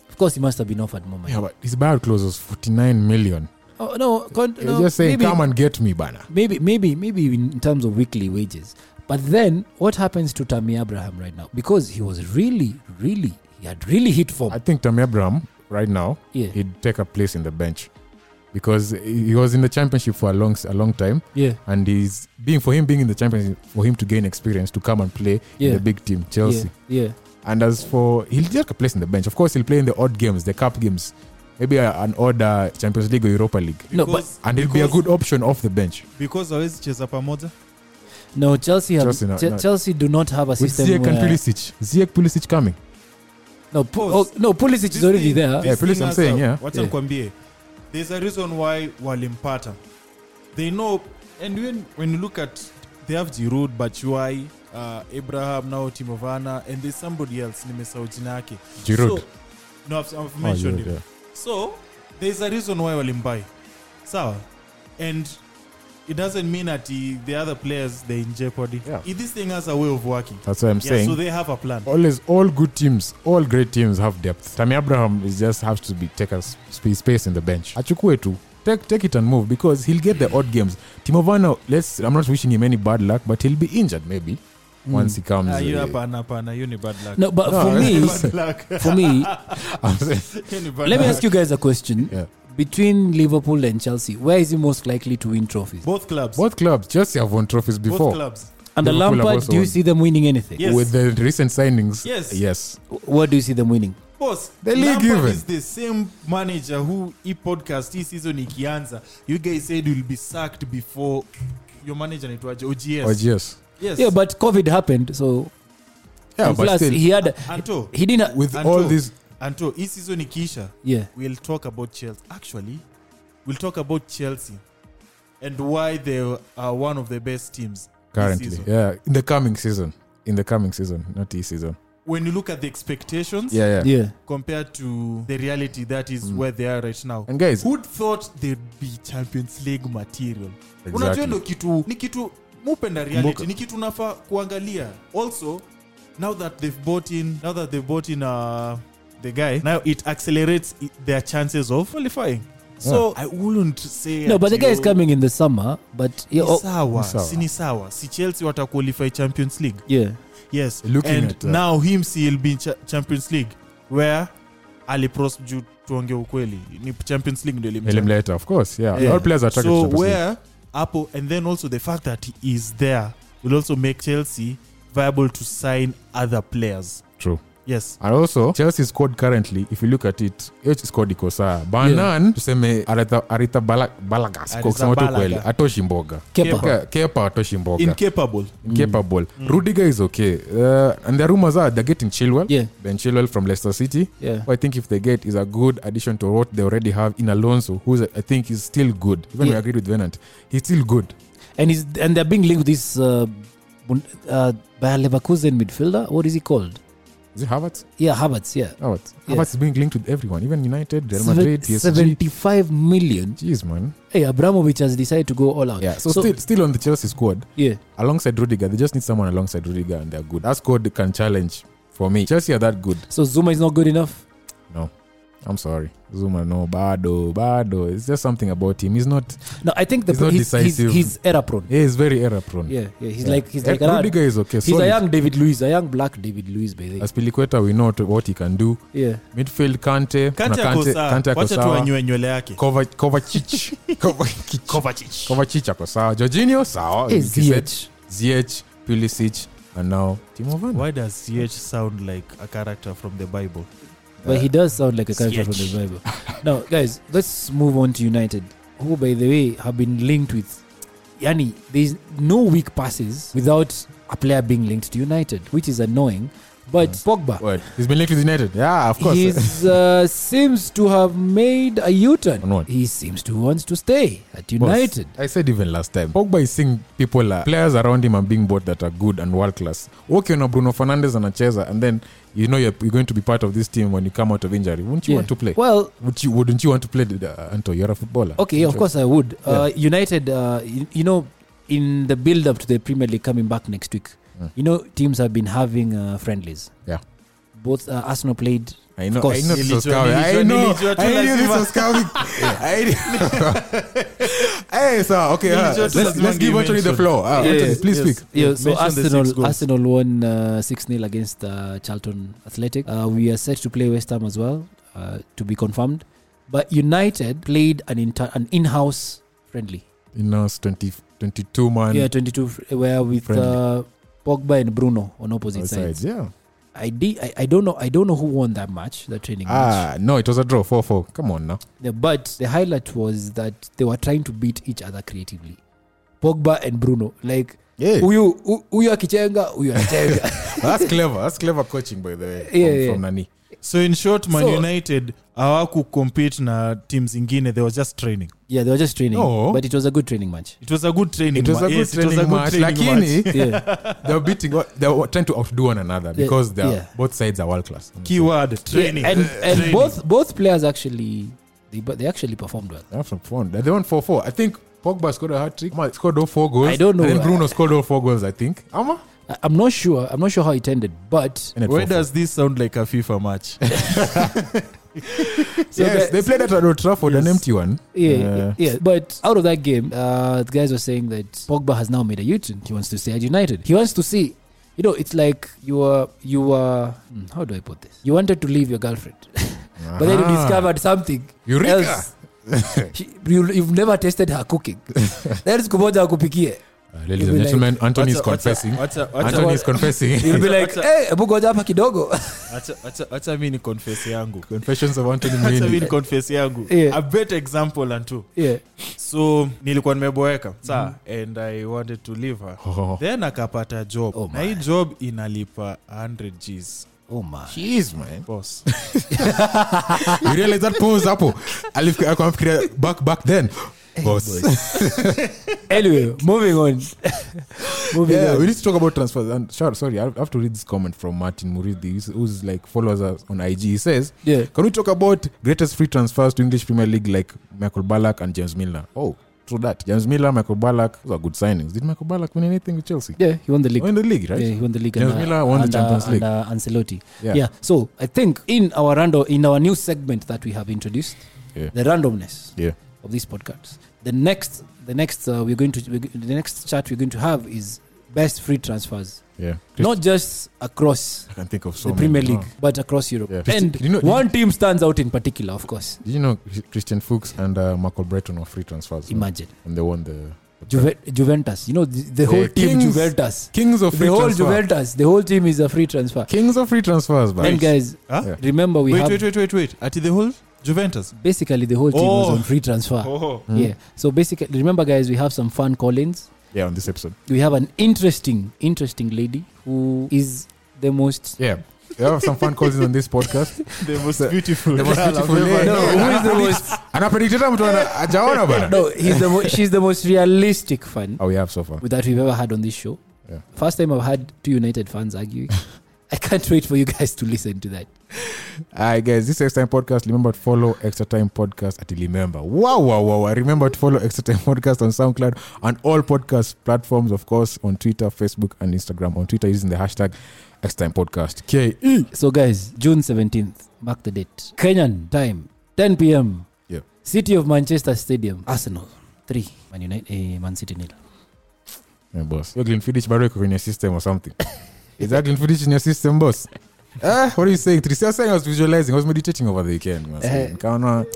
S5: of course he must have been offered more money
S4: yeah but his buyout clause was 49 million
S5: oh, no, con-
S4: He was
S5: no
S4: just saying
S5: maybe,
S4: come and get me bana
S5: maybe maybe maybe in terms of weekly wages but then what happens to tammy abraham right now because he was really really he had really hit form
S4: i think tammy abraham right now
S5: yeah
S4: he'd take a place in the bench because he was in the championship for a long a long time
S5: yeah
S4: and he's being for him being in the championship for him to gain experience to come and play
S5: Yeah.
S4: in the big team chelsea
S5: yeah yeah
S4: And as for he'll take a place in the bench. Of course, he'll play in the odd games, the cup games, maybe a, an odd uh, Champions League or Europa League,
S5: No, but-
S6: Because-
S4: and he'll be a
S6: because-
S4: good option off the bench.
S6: because hawezi cheza pamoja
S5: No, Chelsea have,
S4: Chelsea
S5: Chelsea,
S4: not- not-
S5: Chelsea do not have a
S4: With
S5: system uh,
S4: Ziyech and
S5: where,
S4: Pulisic, Ziyech Pulisic coming.
S5: no, Pu- oh,
S6: Pause.
S5: no, Pulisic is already there.
S4: Yeah, police, I'm saying, yeah.
S6: wacha
S5: Yeah.
S6: nikwambie there's a reason why walimpata they know and when, when you look at they have jirud bachuai uh, abraham now timovana and there's somebody else nimesahau jina yake
S4: Giroud.
S6: So, no, I've, I've
S4: oh,
S6: mentioned
S4: Giroud
S6: him.
S4: yeah.
S6: so there's a reason why walimbai sawa and it doesn't mean that the, the other players they're in jeopardy
S4: Yeah.
S6: If this thing has a way of working
S4: That's what I'm
S6: yeah,
S4: saying. Oh,
S6: so they have a plan
S4: Always, all good teams, all great teams have depth. Tammy Abraham is just has to be take a sp- space in the bench. Achukue too. Take, take it and move because he'll get the odd games. Timo Werner, let's. I'm not wishing him any bad luck, but he'll be injured maybe once he comes.
S6: Ah, you
S4: uh,
S6: hapana hapana you ni bad luck
S5: No, but
S4: No,
S5: for me,
S6: bad luck
S5: for me,
S4: I'm saying-
S5: let me ask you guys a question.
S4: Yeah.
S5: Between Liverpool and Chelsea, where is he most likely to win trophies?
S6: both clubs.
S4: Both clubs, Chelsea have won trophies
S6: Both
S4: before.
S6: clubs.
S5: Under
S4: Liverpool have
S5: Lampard,
S4: also
S5: do you
S4: won.
S5: see them winning anything?
S6: Yes.
S4: With the recent signings,
S6: Yes.
S4: yes,
S5: W- What do you see them winning?
S6: Boss,
S4: The league
S6: Lampard
S4: even.
S6: is the same manager who e podcast hii season ikianza. You guys said you'll be sacked before your manager anaitwaje
S4: or
S6: OGS.
S4: Oh, yes,
S6: Yes.
S5: Yeah, but COVID happened, so
S4: yeah,
S5: and
S4: but
S5: plus
S4: still,
S5: he had a-
S6: Anto,
S5: he didn't
S4: with
S6: and
S4: all
S6: two.
S4: these,
S6: Anto, hii season ikiisha,
S5: yeah.
S6: we'll talk about Chelsea. Actually, we'll talk about Chelsea and why they are one of the best teams this
S4: currently,
S6: season.
S4: yeah, in the coming season, in the coming season, not this season,
S6: When you look at the expectations
S4: yeah, yeah,
S5: Yeah.
S6: compared to the reality that is where they are right now.
S4: Mm. and guys,
S6: who thought they'd be champions league material
S4: Exactly.
S6: unajua ndo kitu ni kitu mupenda reality
S4: Kumbuka.
S6: ni kitu nafaa kuangalia also now that they've bought in, now that they've bought in uh, the guy, now it accelerates i- their chances of qualifying. So I wouldn't say
S5: no but the guy is
S6: ati,
S5: coming in the summer but yeah,
S6: oh, ni
S5: oh,
S6: sawa,
S4: Ni sawa.
S6: si ni sawa. Si Chelsea wata qualify Champions League.
S5: yeah
S6: Yes.
S4: Looking
S6: and
S4: at uh, that.
S6: now him see he'll be in cha- Champions League where alipros juu tuongee ukweli ni Champions League ndio ilimleta.
S4: Eliminator, of course. Yeah.
S6: Yeah.
S4: All players are attracted
S6: so
S4: to Champions League.
S6: where Apple and then also the fact that he is there will also make Chelsea viable to sign other players.
S4: True.
S6: Yes.
S4: and also chelse's squad currently if you look at it h squad iko saa banan yeah. tuseme aritha, aritha Bala- balagas kwa
S6: Aritha
S4: kusema tu
S6: Balaga.
S4: kweli atoshi mboga
S5: Kepa.
S4: Ke- kepa atoshi mboga
S6: Incapable.
S4: incapable
S5: Mm.
S4: rudiger is okay uh, and the rumors are they're getting chilwell
S5: Yeah.
S4: ben chilwell from leicester city
S5: Yeah.
S4: who i think if they get is a good addition to what they already have in alonso who i think is still good even
S5: Yeah.
S4: we agreed with venant he's still good
S5: and he's and they're being linked with this uh, Bun- uh, Bayer Leverkusen midfielder what is he called
S4: is it Havertz?
S5: yeah Havertz yeah
S4: Havertz.
S5: Yeah.
S4: Havertz is being linked with everyone, even United, Real
S5: Seven-
S4: Madrid, PSG.
S5: 75 million
S4: Jeez, man.
S5: hey Abramovich has decided to go all out
S4: Yeah. So, still, still on the Chelsea squad,
S5: yeah
S4: alongside Rudiger, they just need someone alongside Rudiger, and they're good. That squad can challenge for me. Chelsea are that good.
S5: so Zuma is not good enough
S4: No, I'm sorry, Zuma. No, Bado, Bado. It's just something about him. He's not.
S5: no I think the
S4: He's not
S5: he's, he's,
S4: decisive.
S5: he's error prone
S4: He's very error prone.
S5: yeah yeah he's
S4: Yeah.
S5: like he's
S4: Eh,
S5: like an,
S4: Rudiger is okay.
S5: he's a
S4: solid.
S5: young David Luiz a young black David Luiz by the way
S4: As Piliqueta, we know to- what he can do.
S5: yeah
S4: Midfield, Kante,
S6: Kante
S4: kuna Kante, Kante
S6: akosa.
S4: ako
S6: Wacha tu
S4: sawa.
S6: anywe nywele yake.
S4: Kova- Kovacic, Kovacic, Kovacic ako sawa. Jorginho sawa.
S5: Hey,
S4: Like Oh, you said.
S5: ZH.
S4: Ziyech, Pulisic, and now Timo Werner.
S6: Why does CH sound like a character from the Bible?
S5: But he does sound like a character from the Bible. now, guys, let's move on to United, who, by the way, have been linked with. Yani, there's no week passes without a player being linked to United, which is annoying. But Pogba,
S4: What? He's been linked with United. Yeah, of course.
S5: he's, uh, seems to have made a U-turn.
S4: On what?
S5: He seems to want to stay at
S4: Boss,
S5: United.
S4: I said even last time. Pogba is seeing people, are, players around him are being bought that are good and world class. Okay, now Bruno Fernandes and Acheza, and then you know you're, you're going to be part of this team when you come out of injury. Wouldn't you
S5: Yeah.
S4: want to play?
S5: Well,
S4: Would you? Wouldn't you want to play, uh, Anto? You're a footballer.
S5: Okay, of
S4: Sure.
S5: course I would. Uh, United, uh, you, you know, in the build up to the Premier League coming back next week,
S4: Mm.
S5: you know, teams have been having uh, friendlies.
S4: Yeah.
S5: Both uh, Arsenal played.
S4: I know.
S5: Of course.
S4: I know this was
S6: Nilijua-
S4: coming. I
S6: nilijua-
S4: know.
S6: nilijua tu
S4: I knew this
S6: lazima.
S4: was coming. I knew- Hey, sir. Okay. uh,
S6: Nilijua tu
S4: let's
S6: lazima
S4: let's give Anthony the
S6: mention.
S4: floor. Uh, Anthony, please
S6: yes.
S4: speak.
S5: Yeah,
S6: Yeah,
S5: so
S6: mention the six
S5: Arsenal,
S6: goals.
S5: Arsenal won six 0 against uh, Charlton Athletic. Uh, we are set to play West Ham as well, uh, to be confirmed. But United played an inter- an in house friendly.
S4: In us 20, 22 man
S5: yeah, twenty two, where with uh, Pogba and Bruno on opposite sides.
S4: sides. Yeah.
S5: I, did, I I don't know I don't know who won that match that training match
S4: Ah, no, it was a draw, 4 4. Come on now.
S5: Yeah, but the highlight was that they were trying to beat each other creatively Pogba and Bruno like
S4: Yeah.
S5: huyu hu- huyu akichenga huyu anachenga
S4: That's clever. That's clever coaching, by the way.
S5: Yeah,
S4: from,
S5: yeah.
S4: from Nani.
S6: So in short, Man
S5: So-
S6: United hawaku compete na team zingine. They were just training.
S5: yeah they were just training
S4: No.
S5: but it was a good training match
S6: It was a good training.
S4: It was
S6: ma-
S4: a good
S6: yes,
S4: training
S6: it was a good
S4: match.
S6: training match.
S4: Lakini,
S5: yeah
S4: they were beating, they were trying to outdo one another
S5: Yeah,
S4: because they're,
S5: yeah.
S4: both sides are world class.
S6: Keyword training.
S5: Yeah, and and
S6: Training.
S5: both both players actually they but they actually performed well
S4: They're from four. They won 4 4. I think Pogba scored a hat trick. Ama Scored all four goals.
S5: I don't know.
S4: And then Bruno scored all four goals, I think. Ama?
S5: I, I'm not sure I'm not sure how it ended but
S4: And at
S6: Where
S4: 4-4.
S6: does this sound like a FIFA match?
S4: yes, they played at Old Trafford, an empty one.
S5: Yeah, yeah. But out of that game, uh, the guys were saying that Pogba has now made a U-turn. He wants to stay at United. He wants to see, you know, it's like you were you were hmm, how do I put this? You wanted to leave your girlfriend, but then you
S4: Aha.
S5: discovered something
S4: Ah. Eureka!
S5: else. She- you, you've never tasted her cooking. That is kumoja akupikie.
S4: Uh, ladies
S5: You'll
S4: and
S5: be
S4: gentlemen, Anthony is
S6: Wacha- wacha-
S4: confessing.
S6: wacha- wacha-
S4: Anthony is confessing.
S5: You'll be like,
S6: What's up?
S5: hey, hebu ngoja hapa kidogo.
S6: Acha- acha- acha mi ni confess yangu
S4: Confessions of Anthony
S6: acha mi
S4: Mwini.
S6: ni confess yangu
S5: Yeah.
S6: a better example and two
S5: yeah,
S6: so nilikuwa nimeboeka saa and i wanted to leave her
S4: Mm-hmm. Oh.
S6: then akapata job
S5: Oh
S6: na hii job inalipa 100 gs
S5: oh man.
S4: Jeez, man.
S6: boss
S4: You realize that pose hapo? Alif- akamfikiria back back then. Boss.
S5: Anyway, moving on. moving
S4: Yeah, we
S5: on.
S4: need to talk about transfers. And sure, sorry, I have to read this comment from Martin Muridi, who's, who's like follows us on IG. He says,
S5: Yeah.
S4: "Can we talk about greatest free transfers to English Premier League like Michael Ballack and James Milner?" Oh, through that. James Miller, Michael Ballack, those are good signings. Did Michael Ballack win anything with Chelsea?
S5: yeah he won the league
S4: Oh, in the league, right?
S5: Yeah, he won the league.
S4: James Miller won the
S5: and,
S4: Champions
S5: uh,
S4: League.
S5: And, uh, Ancelotti.
S4: Yeah.
S5: Yeah. So I think in our rando, in our new segment that we have introduced,
S4: Yeah.
S5: the randomness
S4: Yeah.
S5: of these podcasts. The next, the next, uh, we're going to we're, go- the next chart we're going to have is best free transfers,
S4: Yeah.
S5: not just across
S4: I can think of so
S5: the
S4: many.
S5: Premier League,
S4: Oh.
S5: but across Europe.
S4: Yeah.
S5: And
S4: Did you know- did
S5: one team stands out in particular, of course.
S4: Did you know Christian Fuchs and uh, Michael Breton were free transfers? no?
S5: Imagine
S4: And they won the. the
S5: Juve- Juventus. You know the, the whole team
S4: Kings-
S5: Juventus.
S4: Kings of free
S5: The whole
S4: transfer.
S5: Juventus, the whole team is a free transfer.
S4: Kings of free transfers,
S5: Then,
S4: man.
S5: guys,
S6: Huh?
S4: Yeah.
S5: remember we
S6: wait,
S5: have
S6: wait, wait, wait, wait. Ati the whole Juventus.
S5: basically the whole team was
S6: Oh.
S5: on free transfer.
S6: Oh.
S4: Mm.
S5: Yeah. So basically, remember, guys, we have some fun call-ins.
S4: Yeah, on this episode.
S5: We have an interesting, interesting lady who is the most.
S4: Yeah. We have some fun calls on this podcast.
S6: The most
S4: The-
S6: beautiful.
S4: the most
S6: girl I've
S4: beautiful
S6: ever
S4: lady.
S5: No,
S6: known.
S5: who is the most?
S4: Anapredictata mtu ana- ajaona bana.
S5: No, he's the mo- she's the most realistic fan
S4: Oh, we have so far.
S5: that we've ever had on this show.
S4: Yeah.
S5: First time I've had two United fans arguing. I can't wait for you guys to listen to that.
S4: Hi guys, this is Extra Time Podcast. Remember to follow Extra Time Podcast at Remember. Wow, wow, wow, wow. Remember to follow Extra Time Podcast on SoundCloud and all podcast platforms, of course, on Twitter, Facebook, and Instagram. On Twitter using the hashtag Extra Time Podcast. K E.
S5: So, guys, June 17th, mark the date. Kenyan time, 10 p.m.
S4: Yeah.
S5: City of Manchester Stadium, Arsenal 3, Man, United, eh, Man City nil.
S4: Yeah, boss. Your Glenfiddich bado iko kwenye system or something. Is that Glenfiddich in your system, boss? Eh, what are you saying? Tristan saying I was visualizing. I was meditating over the weekend. man.
S5: Eh.
S4: Nikaona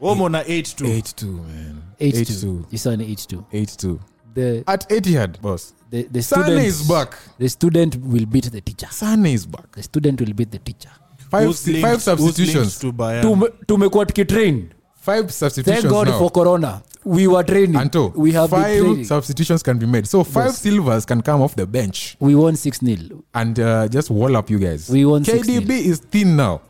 S6: Womo na 8 2.
S4: 8-2, man.
S5: 8-2. You saw an 8-2.
S4: 8-2.
S5: The,
S4: At Etihad, boss.
S5: the, the
S4: Sane
S5: students-
S4: is back.
S5: The student will beat the teacher.
S4: Sane is back.
S5: The student will beat the teacher.
S4: Five, five substitutions.
S6: To Bayern?
S5: Tume- Tumekuwa tukitrain.
S4: five
S5: Thank
S4: substitutions
S5: God
S4: now.
S5: for corona. We were training.
S4: Anto,
S5: we have been
S4: five
S5: training.
S4: substitutions can be made. So five
S5: Yes.
S4: silvers can come off the bench
S5: we won 6 0.
S4: and uh, just wall up you guys.
S5: We won 6-0.
S4: KDB is thin now.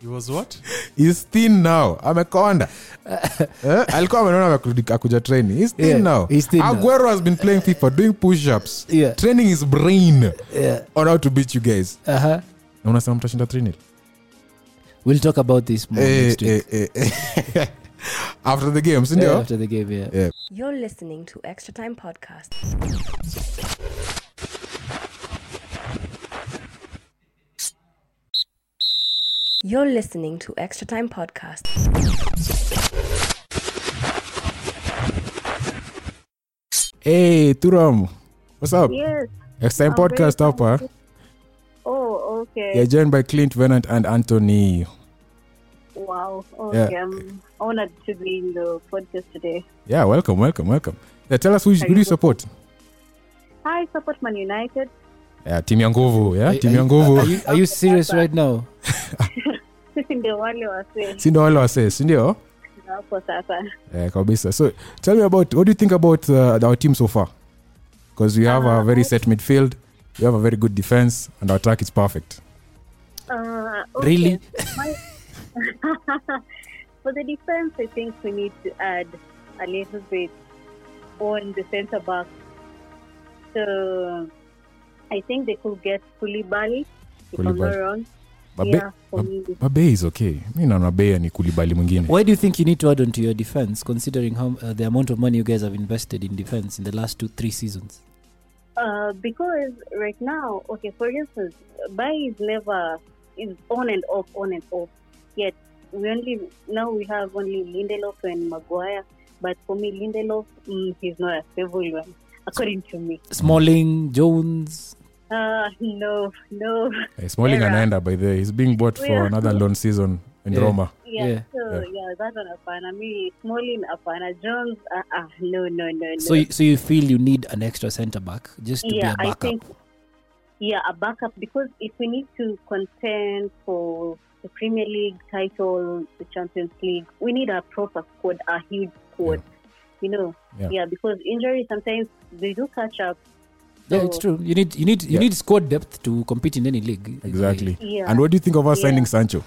S6: He was what?
S4: He's thin now. Amekonda. eh? Alikuwa ameona amekurudi- akuja training. He's thin
S5: Yeah,
S4: now.
S5: he's thin now.
S4: Aguero has been playing FIFA, doing push-ups.
S5: Yeah.
S4: Training his brain
S5: Yeah.
S4: on how to beat you guys.
S5: Uh huh.
S4: Na unasema mtashinda 3-0.
S5: We'll talk about this more
S4: Eh,
S5: next week.
S4: eh, eh. After the game,
S5: Yeah,
S4: sindio?
S5: After the game, yeah.
S1: You're listening to Extra Time Podcast. You're listening to Extra Time Podcast.
S4: Hey, Turam. What's up?
S7: Yes.
S4: Next time
S7: I'm very
S4: podcast hapa.
S7: Oh, okay.
S4: You're joined by Clint Venant and Anthony.
S7: Wow. Okay. I'm honored to be in the podcast today.
S4: Yeah, welcome, welcome, welcome. Yeah, tell us who, you- who do you support?
S7: I support Man United.
S4: Yeah, timu ya nguvu, yeah, timu ya
S5: Are
S4: nguvu.
S5: you, are you serious right now?
S7: Ndio wale wasee
S4: Si ndio wale wasee, si ndio?
S7: hapo sasa.
S4: Eh, kabisa. So, tell me about what do you think about uh, our team so far? Because we have
S7: Uh,
S4: a very set midfield, we have a very good defense, and our attack is perfect.
S7: Uh, okay.
S5: Really?
S7: My- For the defense, I think we need to add a little bit on the center back. So I think they could get Koulibaly, if I'm not
S4: Koulibaly.
S7: wrong.
S4: Babe,
S7: Yeah, for
S4: Bab-
S7: me.
S4: Babe is okay. Mi naona Babe ni kulibali mwingine.
S5: Why do you think you need to add on to your defense, considering how uh, the amount of money you guys have invested in defense in the last two, three seasons?
S7: Uh, because right now, okay, for instance, buy is never is on and off, on and off. Yet we only now we have only Lindelof and Maguire. But for me, Lindelof, mm, he's not a stable one, according to me.
S5: Smalling, Jones.
S7: Uh, no, no.
S4: Eh, Smalling
S7: Era.
S4: anaenda by the way. He's being bought for
S7: Yeah.
S4: another loan season in
S5: Yeah.
S4: Roma.
S7: Yeah,
S5: Yeah.
S7: so yeah, that one apana. Me Smalling apana. Jones, uh, uh, no, no, no, no.
S5: So, you, so you feel you need an extra centre back just to
S7: yeah,
S5: be a
S7: I
S5: backup?
S7: think yeah, a backup because if we need to contend for the Premier League title, the Champions League, we need a proper squad, a huge squad. You know,
S4: Yeah.
S7: yeah. because injuries sometimes they do catch up.
S5: yeah, it's true. You need you need you
S4: Yeah.
S5: need squad depth to compete in any league.
S4: Exactly.
S7: Yeah.
S4: And what do you think of us signing Sancho?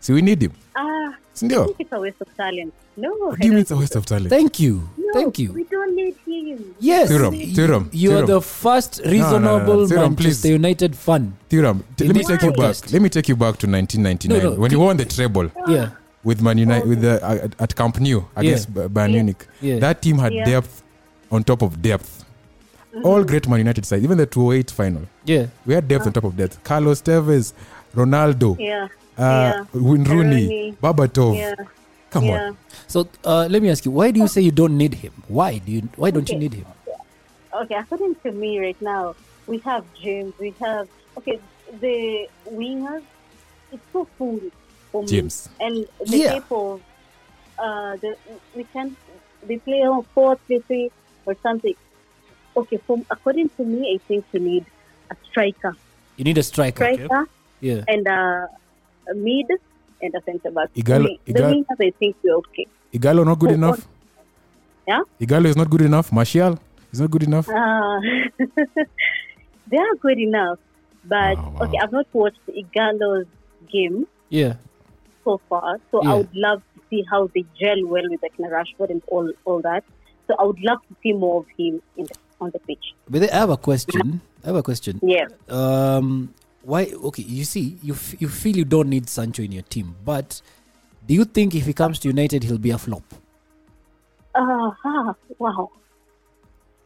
S4: See, we need him.
S7: Ah, I
S4: Sindio?
S7: think it's a waste of talent. No,
S4: What do you mean it's a waste of talent?
S5: Thank you.
S7: no,
S5: Thank you.
S7: We don't need him.
S5: Yes.
S4: Thuram,
S5: y-
S4: Thuram,
S5: You are
S4: Thuram.
S5: the first
S4: no, no,
S5: reasonable
S4: Thuram,
S5: Manchester
S4: please.
S5: United fan.
S4: Theorem, t-
S5: In
S4: let me
S5: this
S4: take you back.
S5: podcast.
S4: Let me take you back to 1999
S5: No, no,
S4: when
S5: t-
S7: Ah.
S4: you won the treble.
S5: Yeah.
S4: We with Man United with the, uh, at Camp Nou against Ba- Bayern Munich.
S5: Oh. Yeah.
S4: That team had
S7: Yeah. Mm-hmm.
S4: depth on top of depth. All great Man United sides, even the 208 final,
S5: yeah
S4: we had depth on top of depth. Carlos Tevez, Ronaldo,
S7: yeah,
S4: uh,
S7: yeah.
S4: Wayne Rooney,
S7: Rooney.
S4: Berbatov.
S7: yeah,
S4: Come
S7: yeah.
S4: on,
S5: so uh, let me ask you why do you say you don't need him why do you why don't you
S7: Okay.
S5: need him
S7: Okay, according to me right now, we have James, we have okay the wingers. It's so full for me.
S4: James.
S7: and the
S5: Yeah.
S7: type of uh, the we can they play on four three three or something. Okay, from according to me, I think you need a striker,
S5: you need a striker
S7: striker,
S5: yeah
S7: and a, a mid and a centre back.
S4: Igalo-
S7: We- the
S4: Igalo-
S7: wingers, I think we're okay.
S4: Igalo not good
S7: Oh,
S4: enough.
S7: Yeah.
S4: Igalo is not good enough. Martial is not good enough.
S7: Ah, they are good enough, but
S4: Oh, wow.
S7: okay, I've not watched Igalo's game
S5: yeah
S7: so far, so
S5: Yeah.
S7: I would love to see how they gel well with like Rashford and all all that. So I would love to see more of him in the, on the pitch.
S5: but then I have a question I have a question
S7: Yeah,
S5: um why okay you see you f- you feel you don't need Sancho in your team but do you think if he comes to United he'll be a flop
S7: uh, ah, wow,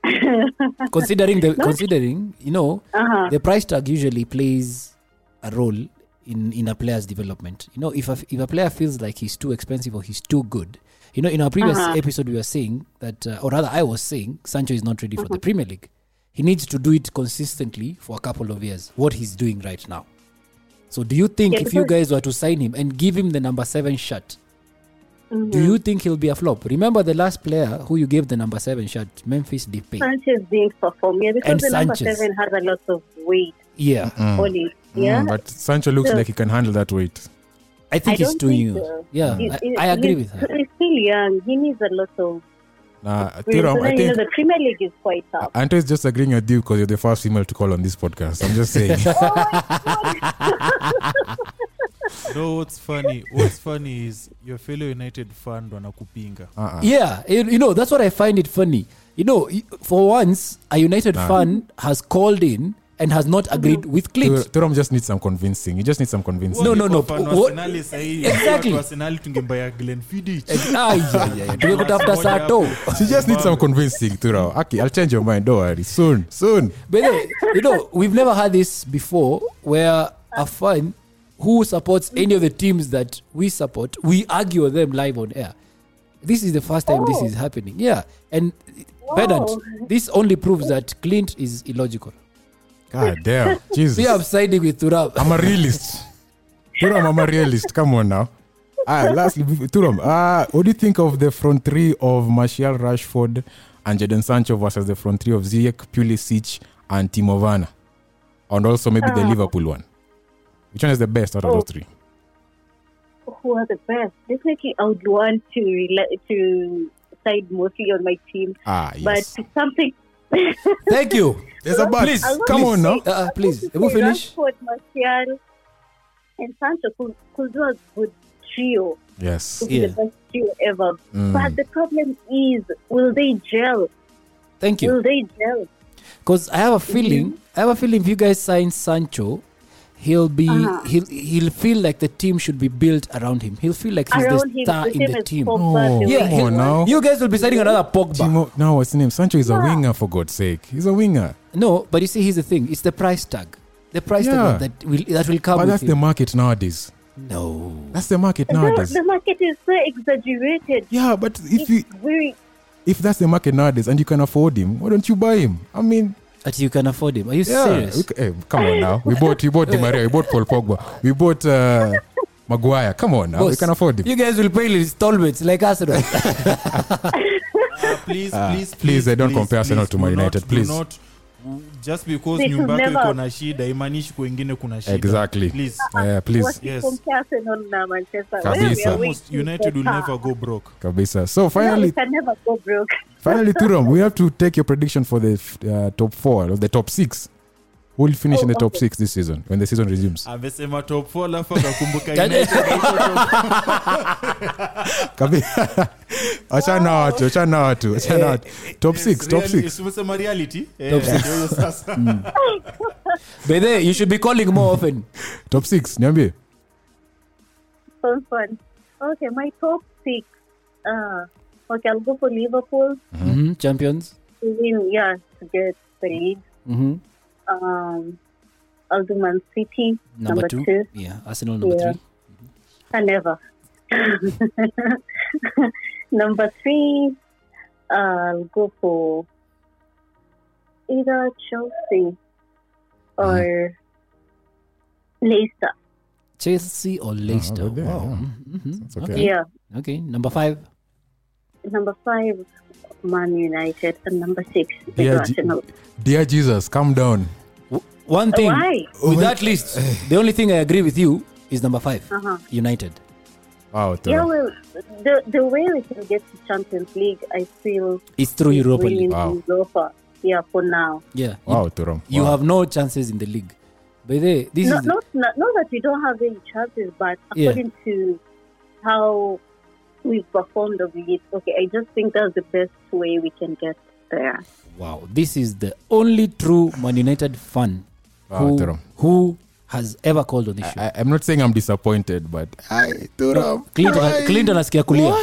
S5: considering the considering you know
S7: Uh-huh.
S5: the price tag usually plays a role in in a player's development you know if a, if a player feels like he's too expensive or he's too good you know in our previous
S7: Uh-huh.
S5: episode we were saying that uh, or rather i was saying sancho is not ready
S7: Uh-huh.
S5: for the premier league he needs to do it consistently for a couple of years what he's doing right now so do you think
S7: Yeah,
S5: if you
S7: because-
S5: guys were to sign him and give him the number 7 shirt do
S7: Mm-hmm.
S5: you think he'll be a flop remember the last player who you gave the number 7 shirt memphis depay
S7: Sanchez didn't perform. Yeah, because
S5: And
S7: the number
S5: Sanchez.
S7: seven has a lot of weight
S5: yeah
S7: on it. Yeah,
S4: Mm, but Sancho looks
S7: So-
S4: like he can handle that weight.
S5: I think he's
S7: don't
S5: too young.
S7: think so.
S5: Yeah,
S7: He- he-
S5: I, I agree with
S7: he's-
S5: her.
S7: He's still young. He needs a lot of.
S4: Nah,
S7: So
S4: Thuram,
S7: then,
S4: I
S7: you know,
S4: think
S7: the Premier League is quite tough.
S4: Anto is just agreeing with you because you're the first female to call on this podcast. I'm just saying.
S6: no what's funny what's funny is your fellow united fan wanakupinga
S4: Ah,
S5: Yeah, you, you know that's what I find it funny. You know, y- for once, a United fan has called in and has not
S7: Mm-hmm.
S5: agreed with Clint.
S4: Thuram just needs some convincing. You just need some convincing.
S5: No, no, no.
S6: Fan wa
S5: What-
S6: Arsenali sahi,
S5: Exactly.
S6: watu wa Arsenali tungembaya Glenn Fiddich.
S5: Ah, yeah, yeah, yeah. Tumekutafuta saa to.
S4: She just needs some convincing, Thuram. Okay, I'll change your mind. Don't worry. Soon, soon.
S5: But then, you know, we've never had this before, where a fan who supports any of the teams that we support, we argue with them live on air. This is the first time this
S7: Oh.
S5: is happening. Yeah, and
S7: Wow.
S5: Bernard, this only proves that Clint is illogical.
S4: God damn. Jesus.
S5: See, I'm siding with Turab.
S4: I'm a realist. Thuram, I'm a realist. Come on now. Ah, lastly, bef- Thuram, uh, what do you think of the front three of Martial, Rashford, and Jadon Sancho versus the front three of Ziyech, Pulisic, and Timo Werner? And also maybe
S5: Ah.
S4: the Liverpool one. Which one is the best out of
S5: Oh.
S4: those three?
S7: who are the best. Definitely, I would want to rela- to side mostly on my team,
S4: Ah,
S7: but
S4: yes.
S7: something.
S5: Thank you.
S4: There's a but.
S5: Please,
S4: Come on now.
S5: Uh, uh, please,
S7: If
S5: we finish.
S7: Rashford, Martial, and Sancho could, could do a good trio,
S4: Yes.
S7: could be
S5: Yeah. Mm.
S7: the best trio ever. But the problem is, will they gel?
S5: Thank you.
S7: Will they gel?
S5: Because I have a feeling, I have a feeling if you guys sign Sancho, he'll be
S7: Uh-huh.
S5: he'll he'll feel like the team should be built around him. He'll feel like he's
S7: Around
S5: the
S7: him,
S5: star
S7: the team
S5: in the
S7: is
S5: team.
S7: so
S4: Oh,
S7: bad.
S5: Yeah,
S4: come
S5: he'll-
S4: on now.
S5: You guys will be signing another Pogba.
S4: Timo, no, what's his name? Sancho is a winger, for God's sake. He's a winger.
S5: No, but you see, here's the thing: it's the price tag, the price
S4: Yeah.
S5: tag that will that will come.
S4: But
S5: with
S4: that's
S5: him.
S4: the market nowadays.
S5: no.
S4: That's the market
S7: The,
S4: nowadays.
S7: the market is so exaggerated.
S4: Yeah, but if
S7: It's
S4: you
S7: very
S4: if that's the market nowadays and you can afford him, why don't you buy him? I mean,
S5: That you can afford him. Are you
S4: yeah.
S5: serious?
S4: we c- eh, come on now. We bought we bought Di Maria, we bought Paul Pogba, we bought uh, Maguire. Come on now, we
S5: Boss,
S4: can afford him.
S5: You guys will pay installments like Arsenal.
S6: Ah, please, please,
S4: please, I don't compare Arsenal to Man
S6: do
S4: United,
S6: do
S4: please.
S6: not- just because
S7: They should
S6: nyumba yako
S7: never-
S6: iko na shida imaanishi kwengine kuna shida
S4: Exactly.
S6: please
S4: Eh, please,
S7: what is
S6: Yes.
S7: comparison on uh, Manchester. Where we are
S4: Kabisa.
S7: waiting
S6: almost
S7: for
S6: united will
S7: Saha.
S6: never go broke
S4: Kabisa. So
S7: No, we
S4: finally,
S7: can never go broke.
S4: finally, Turam, we have to take your prediction for the f- uh, top four or the top six. Who will finish in
S7: Oh,
S4: the top six this season when the season resumes?
S6: amesema top four alafu akakumbuka
S5: Yaani,
S6: United haiko top four.
S4: Kabi- Achana watu, achana watu,
S7: Eh,
S4: achana watu. Top
S6: Yes,
S4: six, top
S6: reali-
S4: six.
S6: tumesema reality Eh, ndio sasa.
S5: Mm. By there, you should be calling more often.
S4: Top six, niambie.
S7: Fun, fun. Okay, my top six. Uh, okay, I'll go for Liverpool
S5: Mhm, champions
S7: to win, yeah, to get the league.
S5: Mhm.
S7: Um, I'll do Man City,
S5: number, two. yeah arsenal number
S7: Yeah.
S5: three
S7: I never. number three, I'll go for either Chelsea
S4: Uh-huh.
S7: or Leicester.
S5: chelsea or leicester
S4: Oh, good there,
S5: wow
S4: yeah.
S5: Mhm,
S4: That's
S5: okay.
S4: okay.
S5: okay
S7: Yeah.
S5: number five
S7: Number five, Man United. And number six,
S4: Yeah, G-
S7: Arsenal.
S4: Dear Jesus, calm down.
S5: W- one thing
S7: Why?
S5: with that list the only thing i agree with you is number 5
S7: Uh-huh.
S5: united
S4: Wow,
S7: Yeah,
S4: Toro.
S7: well, the, the way we can get to Champions League, I feel
S5: it's through
S7: is
S5: europa
S7: winning
S5: league
S4: Wow.
S7: Europa. Yeah, for now.
S5: yeah
S4: Wow, Toro.
S5: you
S4: Wow.
S5: have no chances in the league but they, this
S7: No,
S5: is
S7: not, not, not that we don't have any chances, but
S5: Yeah.
S7: according to how we've performed of it, okay, I just think that's the best way we can get there.
S5: Wow, this is the only true Man United fan
S4: Wow,
S5: who,
S4: Tero.
S5: who has ever called on this show.
S4: Ah, I, I'm not saying I'm disappointed, but I Toro.
S5: Clinton, Clinton asikia kulia.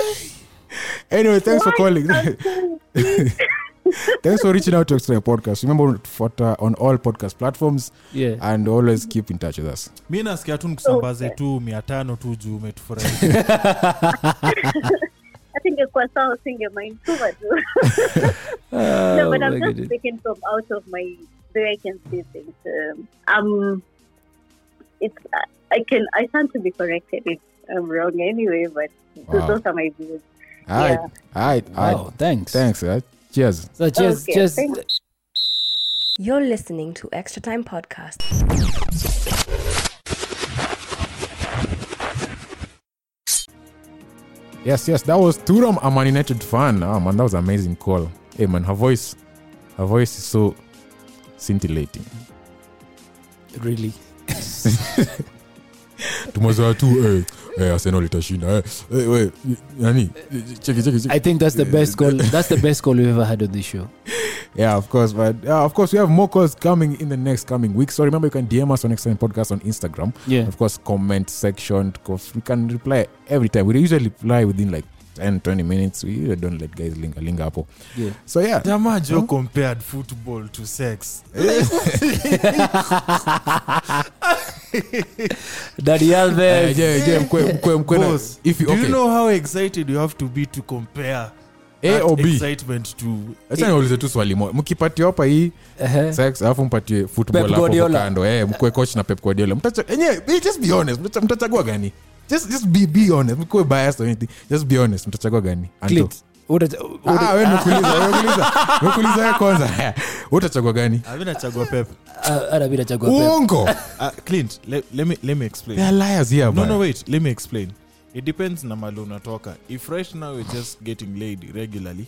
S4: Anyway, thanks for calling. thanks for reaching out to Extra Podcast. Remember to on all podcast platforms
S5: Yeah.
S4: and always keep in touch with us.
S6: mi nasikia tu nikusambaze tu mia tano tu juu umetufurahisha
S7: I think it's quite sound thing in mind too, but, no, but
S5: Oh my
S7: I'm just
S5: goodness.
S7: speaking from out of my the way I can see things. Um, um, it's I, I can I stand to be corrected if I'm wrong anyway, but th-
S4: Wow.
S7: those are my views.
S4: All right.
S7: Yeah.
S4: All right. All right.
S5: Wow, thanks.
S4: Thanks. all right. Cheers.
S5: So cheers,
S7: Okay,
S5: cheers.
S7: thank you.
S1: You're listening to Extra Time Podcast.
S4: Yes, yes, that was Turam, a Man United fan. Ah, man, that was an amazing call. Hey, man, her voice, her voice is so scintillating.
S5: Really.
S4: tumazoa tu eh, eh, arsenal itashinda eh, eh, we, nani eh, cheki cheki Eh,
S5: I
S4: cheki
S5: think that's the best call. That's the best call we've ever had on this show.
S4: yeah of course but uh, of course we have more calls coming in the next coming week so remember you can dm us on extend podcast on instagram
S5: Yeah.
S4: of course comment section because we can reply every time we usually reply within like 10 20 minutes we usually don't let guys linger linger up
S5: Yeah.
S4: so yeah
S6: jamaa jo compared football to sex
S4: Eh,
S5: Daddy
S4: Eh,
S5: Alves.
S4: je- je, mkwe- mkwe- mkwe na-
S6: Boss,
S4: if you-
S6: do
S4: okay.
S6: you know how excited you have to be to compare
S4: A
S6: that
S4: or B?
S6: excitement to
S4: Acha niwaulize tu swali moja mkipatiwa hapa hii
S5: Uh-huh.
S4: sex alafu mpatie football
S5: Pep
S4: hapo kwa
S5: Guardiola.
S4: kando eh mkue coach na pep guardiola mtacha enyewe eh, just be honest mtacha- mtachagua gani just just be be honest mkue biased or anything just be honest mtachagua gani Anto.
S5: Clint. What a, what
S4: ah wewe nikuuliza wewe nikuuliza wewe nikuuliza wewe kwanza Wewe utachagua gani
S6: Abi Ah, nachagua Pep.
S4: Ah.
S5: a, uh, Arabira Chagua Pep.
S4: uongo
S6: Uh, Clint, le, let me let me explain.
S4: they are liars here
S6: no,
S4: bana.
S6: no, wait. Let me explain. It depends na mali unatoka. If right now you're just getting laid regularly,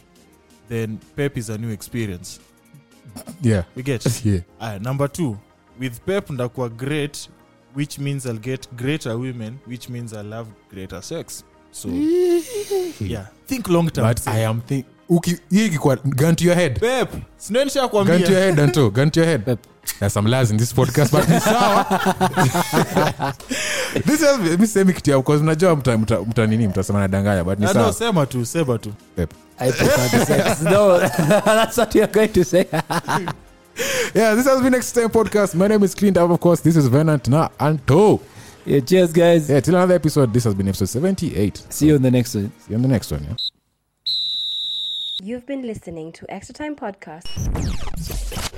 S6: then Pep is a new experience.
S4: yeah
S6: You get?
S4: yeah
S6: Aya, number two, with Pep ndakuwa great, which means I'll get greater women, which means I'll have greater sex. So, yeah. Think long term.
S4: but i am think uki hii ikikuwa gun to your head
S6: Pep, sindio
S4: gun to your
S6: nishakwambia
S4: head Anto gun to your head
S5: Pep.
S4: there's some lies in this podcast but ni sawa this is mi semi kitu ya because mnajua mta, mta, mta nini mtasema nadanganya but ni
S6: Ah, no,
S4: sawa
S6: sema tu, sema tu.
S4: Pep.
S5: I prefer the sex. No, that's what you're going to say.
S4: yeah this has been next time podcast my name is cleaned up of course this is venant na anto
S5: yeah, cheers, guys.
S4: yeah till another episode this has been episode 78 see
S5: See you on the next one.
S4: you on the next one yeah?
S1: You've been listening to Extra Time Podcast.